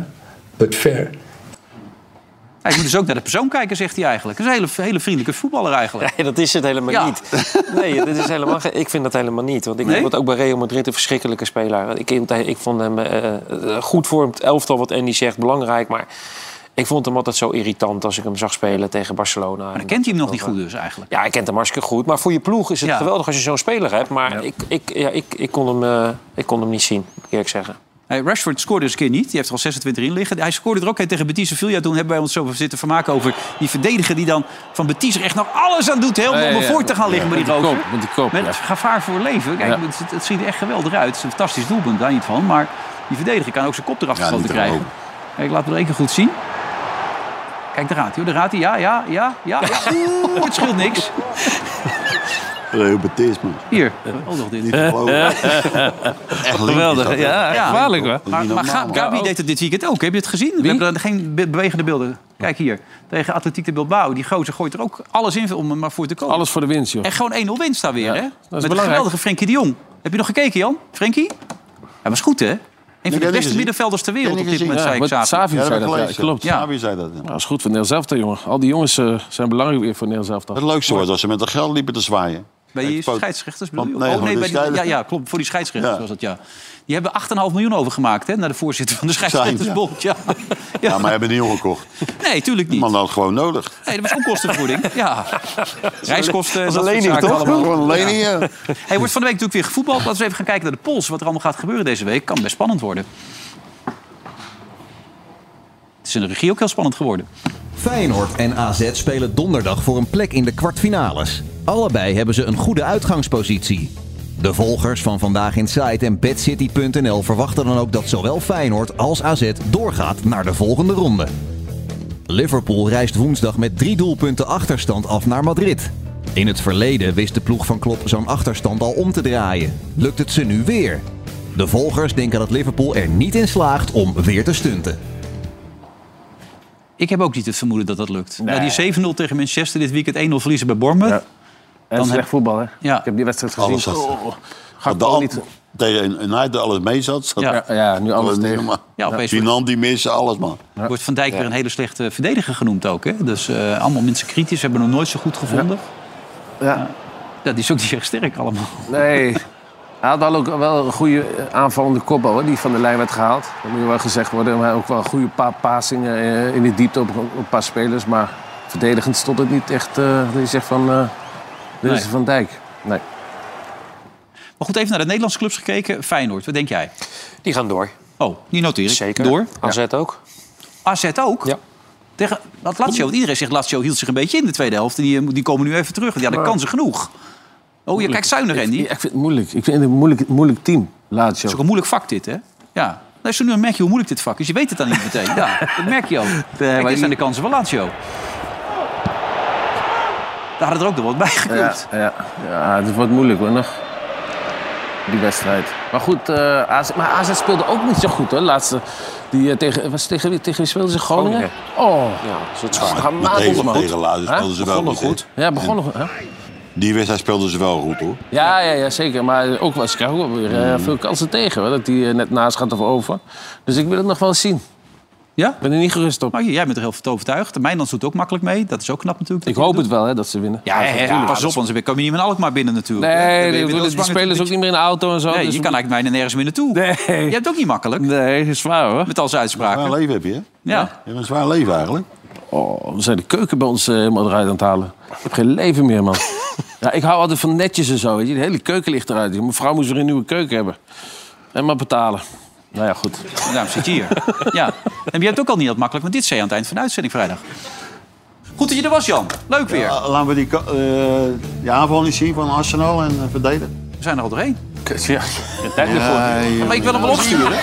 Speaker 21: but fair.
Speaker 2: Hij moet dus ook naar de persoon kijken, zegt hij eigenlijk. Dat is een hele, hele vriendelijke voetballer eigenlijk.
Speaker 3: Nee, dat is het helemaal
Speaker 2: Ja.
Speaker 3: niet. Nee, dat is helemaal, ge- ik vind dat helemaal niet. Want ik
Speaker 2: Nee?
Speaker 3: vond ook bij Real Madrid een verschrikkelijke speler. Ik, ik vond hem eh, eh, goed voor hem. Het elftal wat Andy zegt, belangrijk. Maar ik vond hem altijd zo irritant als ik hem zag spelen tegen Barcelona. Maar
Speaker 2: dan kent hij hem nog niet goed dus eigenlijk?
Speaker 3: Ja, hij kent hem hartstikke goed. Maar voor je ploeg is het
Speaker 2: Ja.
Speaker 3: geweldig als je zo'n speler hebt. Maar ik, ik, ja, ik, ik, kon hem, eh, ik kon hem niet zien, moet ik eerlijk zeggen.
Speaker 2: Hey, Rashford scoorde eens een keer niet. Die heeft er al 26 in liggen. Hij scoorde er ook een tegen Betis Sevilla. Toen hebben wij ons zo zitten vermaken over die verdediger... die dan van Betis er echt nog alles aan doet... helemaal
Speaker 7: Ja, ja,
Speaker 2: om
Speaker 7: ja.
Speaker 2: ervoor te gaan liggen
Speaker 7: Ja,
Speaker 2: met die
Speaker 7: met die
Speaker 2: rood.
Speaker 7: kop, met die kop, ja.
Speaker 2: gevaar voor leven. Kijk,
Speaker 7: Ja.
Speaker 2: het, het ziet er echt geweldig uit. Het is een fantastisch doelpunt, daar niet van. Maar die verdediger kan ook zijn kop eraf
Speaker 4: Ja,
Speaker 2: geschoten
Speaker 4: niet
Speaker 2: krijgen.
Speaker 4: erboven.
Speaker 2: Kijk, laten we er één keer goed zien. <laughs> Kijk, daar gaat hij. hoor. Daar gaat hij. Ja, ja, ja, ja. ja. Oeh, het scheelt niks.
Speaker 4: Reubertisme.
Speaker 2: Hier, ook nog dit.
Speaker 4: Niet te
Speaker 2: <laughs>
Speaker 4: geloven. Echt link
Speaker 2: Geweldig,
Speaker 4: is dat,
Speaker 2: ja,
Speaker 4: hè?
Speaker 2: gevaarlijk
Speaker 4: Ja,
Speaker 2: hoor.
Speaker 4: niet
Speaker 2: Maar, maar
Speaker 4: normaal,
Speaker 2: Ga-
Speaker 4: man.
Speaker 2: Gabi deed het dit weekend ook, heb je het gezien? We hebben er geen be- bewegende beelden. Kijk hier, tegen Atletiek de Bilbao. Die gozer gooit er ook alles in om er maar voor te komen.
Speaker 7: Alles voor de winst, joh.
Speaker 2: En gewoon 1-0 winst daar weer, hè? Met een
Speaker 7: belangrijk.
Speaker 2: geweldige Frenkie de Jong. Heb je nog gekeken, Jan? Frenkie? Hij was goed, hè? Een van de beste middenvelders ter wereld op dit moment, zei ik
Speaker 7: Ja, want
Speaker 2: zaterdag.
Speaker 7: Savi zei dat, ja, klopt.
Speaker 4: zei dat. Ja,
Speaker 7: Nou, dat is goed voor Nederlands Elftal, jongen. Al die jongens eh, zijn belangrijk weer voor Nederlands Elftal.
Speaker 4: Het leukste wordt als ze met dat geld liepen te zwaaien.
Speaker 2: Bij die
Speaker 4: Expo-
Speaker 2: scheidsrechters bedoel je?
Speaker 4: Want- nee,
Speaker 2: oh, nee, bij
Speaker 4: gewoon de
Speaker 2: die- ja,
Speaker 4: scheidsrechter.
Speaker 2: ja, klopt. Voor die scheidsrechters
Speaker 4: Ja.
Speaker 2: was het, ja. Die hebben 8,5 miljoen overgemaakt, hè? Naar de voorzitter van de scheidsrechtersbond, ja.
Speaker 4: Ja, maar hebben nieuw gekocht.
Speaker 2: Nee, tuurlijk <laughs> niet.
Speaker 4: Man had het gewoon nodig.
Speaker 2: Nee, dat was onkostenvergoeding. Ja. Reiskosten.
Speaker 4: Dat is
Speaker 2: dat
Speaker 4: een
Speaker 2: soort
Speaker 4: lening,
Speaker 2: zaken
Speaker 4: toch?
Speaker 2: allemaal.
Speaker 4: Gewoon een lening, ja.
Speaker 2: Hij wordt van de week natuurlijk weer gevoetbald. Laten we even gaan kijken naar de pols. Wat er allemaal gaat gebeuren deze week. Kan best spannend worden. Het is in de regie ook heel spannend geworden.
Speaker 1: Feyenoord en AZ spelen donderdag voor een plek in de kwartfinales. Allebei hebben ze een goede uitgangspositie. De volgers van Vandaag Inside en BadCity.nl verwachten dan ook dat zowel Feyenoord als AZ doorgaat naar de volgende ronde. Liverpool reist woensdag met drie doelpunten achterstand af naar Madrid. In het verleden wist de ploeg van Klopp zo'n achterstand al om te draaien. Lukt het ze nu weer? De volgers denken dat Liverpool er niet in slaagt om weer te stunten.
Speaker 2: Ik heb ook niet het vermoeden dat dat lukt. Na die 7-0 tegen Manchester dit weekend 1-0 verliezen bij Bournemouth.
Speaker 7: En
Speaker 2: Dan
Speaker 7: slecht
Speaker 2: heb-
Speaker 7: voetbal, hè?
Speaker 2: Ja. Ik
Speaker 7: heb die wedstrijd gezien.
Speaker 4: Alles had.
Speaker 7: Oh,
Speaker 4: Had de al, tegen een United alles mee zat. zat-
Speaker 2: Ja.
Speaker 7: ja, nu alles tegen.
Speaker 4: maar-
Speaker 2: Ja, opeens
Speaker 4: Finant die missen, alles man.
Speaker 2: Wordt Van Dijk weer een hele slechte verdediger genoemd ook. Hè? Dus eh, allemaal mensen kritisch. Hebben hem nog nooit zo goed gevonden.
Speaker 7: Ja.
Speaker 2: Ja, die is ook niet echt sterk allemaal.
Speaker 7: Nee. Hij had wel ook wel een goede eh, aanvallende kopbal hoor, die van de lijn werd gehaald. Dat moet wel gezegd worden. Maar ook wel een goede paar passingen eh, in de diepte op op een paar spelers. Maar verdedigend stond het niet echt. eh, dat je zegt van. eh dit is
Speaker 2: Nee.
Speaker 7: Van Dijk. Nee.
Speaker 2: Maar goed, even naar de Nederlandse clubs gekeken. Feyenoord, wat denk jij?
Speaker 3: Die gaan door.
Speaker 2: Oh, die noteer ik.
Speaker 3: Zeker.
Speaker 2: Door.
Speaker 3: AZ ook.
Speaker 2: AZ ook? Ja. Tegen dat Lazio. Want iedereen zegt Lazio hield zich een beetje in de tweede helft. En die, die komen nu even terug. Want die hadden
Speaker 7: Maar-
Speaker 2: kansen genoeg. Oh, je kijkt zuinig,
Speaker 7: Ik-
Speaker 2: Randy.
Speaker 7: Ik, ik vind het moeilijk. Ik vind het een moeilijk, moeilijk team. Lazio.
Speaker 2: Het is ook een moeilijk vak dit, hè? Ja. Nou, zo nu merk je hoe moeilijk dit vak is. Je weet het dan niet meteen.
Speaker 7: <laughs>
Speaker 2: Ja, dat merk je ook. Kijk, dit zijn de kansen van Lazio. Daar hadden er ook nog wat bij gekund.
Speaker 7: Ja, ja, ja, het wordt moeilijk hoor nog. Die wedstrijd. Maar goed, eh, AZ, maar AZ speelde ook niet zo goed hoor. Laatste, die, eh, tegen, was tegen, wie- tegen wie speelden ze? Groningen? Oh, ja, zo
Speaker 4: Maar tegen, tegen Lazio speelden ze wel goed. hè?
Speaker 7: Ja, begonnen goed. hè?
Speaker 4: Die wedstrijd speelden ze wel goed hoor.
Speaker 7: Ja, ja, ja, zeker. Maar ook wel, ze krijgen ook wel weer
Speaker 4: Mm.
Speaker 7: eh, veel kansen tegen. Hoor, dat die eh, net naast gaat of over. Dus ik wil het nog wel eens zien.
Speaker 2: Ja? Ik
Speaker 7: ben er niet gerust op.
Speaker 2: Maar jij bent er heel veel overtuigd. De Mijnlands doet ook makkelijk mee. Dat is ook knap natuurlijk.
Speaker 7: Ik hoop het wel hè, dat ze winnen.
Speaker 2: Ja, ja, ja,
Speaker 7: natuurlijk.
Speaker 2: pas op, anders kom je niet met Alkmaar binnen natuurlijk. Dan ben je
Speaker 7: Nee,
Speaker 2: weer
Speaker 7: die,
Speaker 2: wel
Speaker 7: die,
Speaker 2: zwanger
Speaker 7: spelers ook niet meer in de auto en zo.
Speaker 2: Nee,
Speaker 7: dus
Speaker 2: je kan eigenlijk bijna nergens meer naartoe.
Speaker 7: <laughs>
Speaker 2: Nee. Je hebt het ook niet makkelijk.
Speaker 7: Nee, is waar hoor.
Speaker 2: Met al zijn uitspraken.
Speaker 4: Zwaar leven heb je, hè?
Speaker 2: Ja.
Speaker 4: Je hebt een zwaar leven eigenlijk.
Speaker 7: Oh, we zijn de keuken bij ons eh, helemaal eruit aan het halen. Ik heb geen leven meer, <laughs> man. ja, ik hou altijd van netjes en zo. Weet je. De hele keuken ligt eruit. Dus Mijn vrouw moest weer een nieuwe keuken hebben. En maar betalen. Nou ja, goed.
Speaker 2: Daarom zit je hier. ja. En je hebt het ook al niet dat makkelijk, want dit zei je aan het eind van de uitzending vrijdag. Goed dat je er was, Jan. Leuk weer.
Speaker 4: Ja, laten we die, ka- eh, die aanval niet zien van Arsenal en eh, verdedigen.
Speaker 2: We zijn er al doorheen.
Speaker 7: Ja, tijd
Speaker 2: ervoor. Maar ik wil hem wel <laughs> opsturen.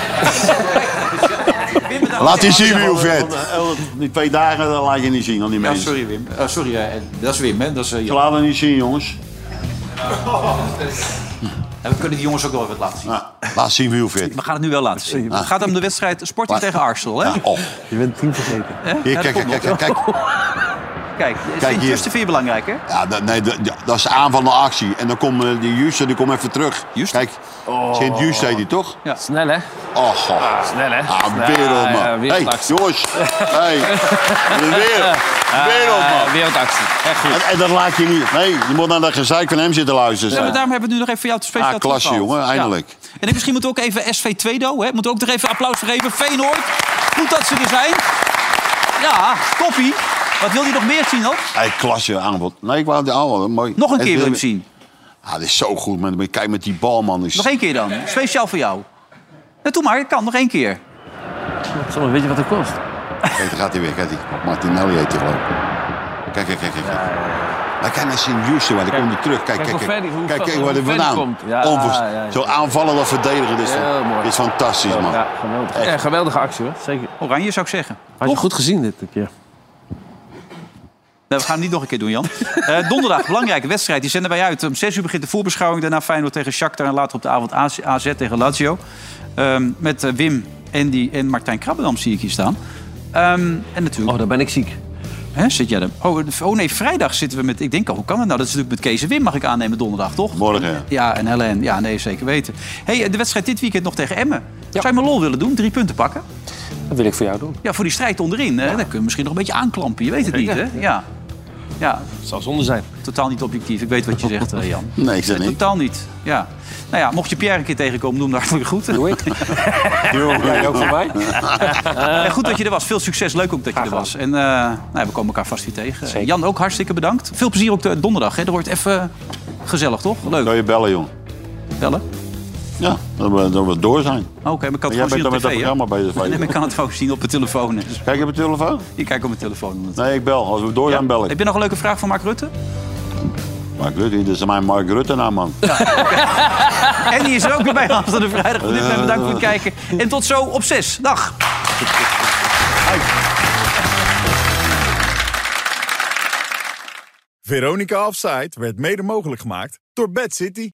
Speaker 4: Laat die zien wie hoe vet. Die twee dagen dat laat je niet zien aan die mensen.
Speaker 2: sorry Wim. Eh, sorry, eh, dat is Wim, hè? Dat is, eh,
Speaker 4: Ik
Speaker 2: Jan.
Speaker 4: laat het niet zien, jongens.
Speaker 2: En we kunnen die jongens ook wel wat laten zien.
Speaker 4: Laat zien wie hoe vet.
Speaker 2: We gaan het nu wel laten zien. Het gaat om de wedstrijd Sporting tegen Arsenal, hè?
Speaker 4: Je bent team vergeten.
Speaker 2: Hè?
Speaker 4: Oh. Hier,
Speaker 2: Ja, dat
Speaker 4: kijk,
Speaker 2: komt
Speaker 4: kijk,
Speaker 2: nog.
Speaker 4: kijk, kijk.
Speaker 2: Kijk,
Speaker 4: Kijk hier.
Speaker 2: Justin vind je belangrijk, hè?
Speaker 4: Ja, dat, nee, dat, ja, dat is de aanvallende actie. En dan komt eh, die Juste, die komt even terug. Kijk, Sint Just heet die toch?
Speaker 2: Ja.
Speaker 7: Snel, hè?
Speaker 4: Oh, god.
Speaker 7: snel, hè?
Speaker 4: Oh. Ah, wereld, man.
Speaker 7: Ja,
Speaker 4: hey,
Speaker 7: wereldactie.
Speaker 4: jongens.
Speaker 2: <laughs>
Speaker 4: Hey, de wereld. Wereld, man.
Speaker 7: Ah, wereldactie. Echt goed.
Speaker 4: En, en dat laat je niet. Nee, je moet naar dat gezeik van hem zitten luisteren.
Speaker 2: Ja, maar daarom hebben we het nu nog even voor jou te speciaal
Speaker 4: Ah, klasse,
Speaker 2: teruggehaald.
Speaker 4: jongen, eindelijk.
Speaker 2: Ja. En ik- misschien moeten we ook even SV Tweedo, hè? Moeten we ook nog even applaus voor geven. Feyenoord, goed dat ze er zijn. Ja, koffie. Wat wil je nog meer zien dan?
Speaker 4: Hey, klasse aanbod. Nee, ik wou de aanbod. Mooi.
Speaker 2: Nog een keer wil je hem
Speaker 4: zien. Ah, dat is zo goed, man. Kijk met die bal, man. Is...
Speaker 2: Nog één keer dan, speciaal voor jou. Ja, doe maar, ik kan, nog één keer.
Speaker 7: Soms weet je wat het kost.
Speaker 4: Kijk, daar gaat hij weer. Kijk, die Martinelli heet hij geloof ik. Kijk, kijk, kijk, kijk. kijk. Maar kijk naar Sint Juste, waar die komt hij terug. Kijk,
Speaker 7: Kijk
Speaker 4: kijk,
Speaker 7: hoe
Speaker 4: kijk.
Speaker 7: ver die- hoe
Speaker 4: Kijk,
Speaker 7: ver-
Speaker 4: kijk waar
Speaker 7: hoe
Speaker 4: hij
Speaker 7: ver die
Speaker 4: vandaan.
Speaker 7: komt. Ja,
Speaker 4: Onvoorstelbaar.
Speaker 7: ja, ja.
Speaker 4: Zo aanvallen dat verdedigen. Dit is,
Speaker 7: Heel mooi.
Speaker 4: dit is fantastisch, man.
Speaker 7: Ja, geweldig. Ja, geweldige actie hoor. Zeker.
Speaker 2: Oranje zou ik zeggen.
Speaker 7: Had je goed gezien dit keer.
Speaker 2: Nou, we gaan het niet nog een keer doen,
Speaker 10: <laughs>
Speaker 2: Jan. Eh, donderdag, belangrijke wedstrijd. Die zenden wij uit. Om 6 uur begint de voorbeschouwing. Daarna Feyenoord tegen Shakhtar. En later op de avond AZ AZ tegen Lazio. Ehm, met eh, Wim, Andy en Martijn Krabbedam zie ik hier staan. Ehm, en natuurlijk... Oh,
Speaker 10: dan ben ik ziek.
Speaker 2: Hè, zit jij er? Oh, eh, oh nee, vrijdag zitten we met... Ik denk al, hoe kan dat nou? Dat is natuurlijk met Kees en Wim, mag ik aannemen, donderdag, toch?
Speaker 4: Morgen.
Speaker 2: Ja, en Helen. Ja, nee, zeker weten. hey, de wedstrijd dit weekend nog tegen Emmen. Zou je maar lol willen doen? Drie punten pakken?
Speaker 3: Dat wil ik voor jou doen.
Speaker 2: Ja, voor die strijd onderin. Hè? Daar kunnen we misschien nog een beetje aanklampen. Je weet het niet, hè? Ja. ja.
Speaker 10: Zou zonde zijn.
Speaker 2: Totaal niet objectief. Ik weet wat je zegt, eh, Jan.
Speaker 4: Nee, ik zeg niet.
Speaker 2: Totaal niet. Ja. Nou ja, mocht je Pierre een keer tegenkomen, noem hem hartelijk goed. Doe ik.
Speaker 3: jij ook voor mij?
Speaker 2: En Eh, goed dat je er was. Veel succes. Leuk ook dat je er was. En eh, nou, ja, we komen elkaar vast weer tegen. Jan, ook hartstikke bedankt. Veel plezier ook de donderdag. Hè. Er wordt even gezellig, toch? Leuk.
Speaker 4: Kan je bellen, jong?
Speaker 2: Bellen?
Speaker 4: Ja, dat we, dat we door zijn.
Speaker 2: Oké, maar ik kan het gewoon zien
Speaker 4: Jij bent
Speaker 2: op
Speaker 4: dan met dat
Speaker 2: tv, hè?
Speaker 4: programma bezig.
Speaker 2: Nee, maar ik kan het ook zien op mijn telefoon. dus
Speaker 4: Kijk je op je telefoon?
Speaker 2: Ik kijk op mijn telefoon.
Speaker 4: Nee, ik bel. Als we door zijn, bel ik.
Speaker 2: Heb je nog een leuke vraag voor Mark Rutte?
Speaker 4: Mark Rutte, dit is mijn Mark Rutte naam, man.
Speaker 2: En die is er ook weer bij Hans van de Vrijdag. Voor dit moment bedankt voor het kijken. En tot zo op 6. Dag.
Speaker 5: Veronica Offside werd mede mogelijk gemaakt door Bad City.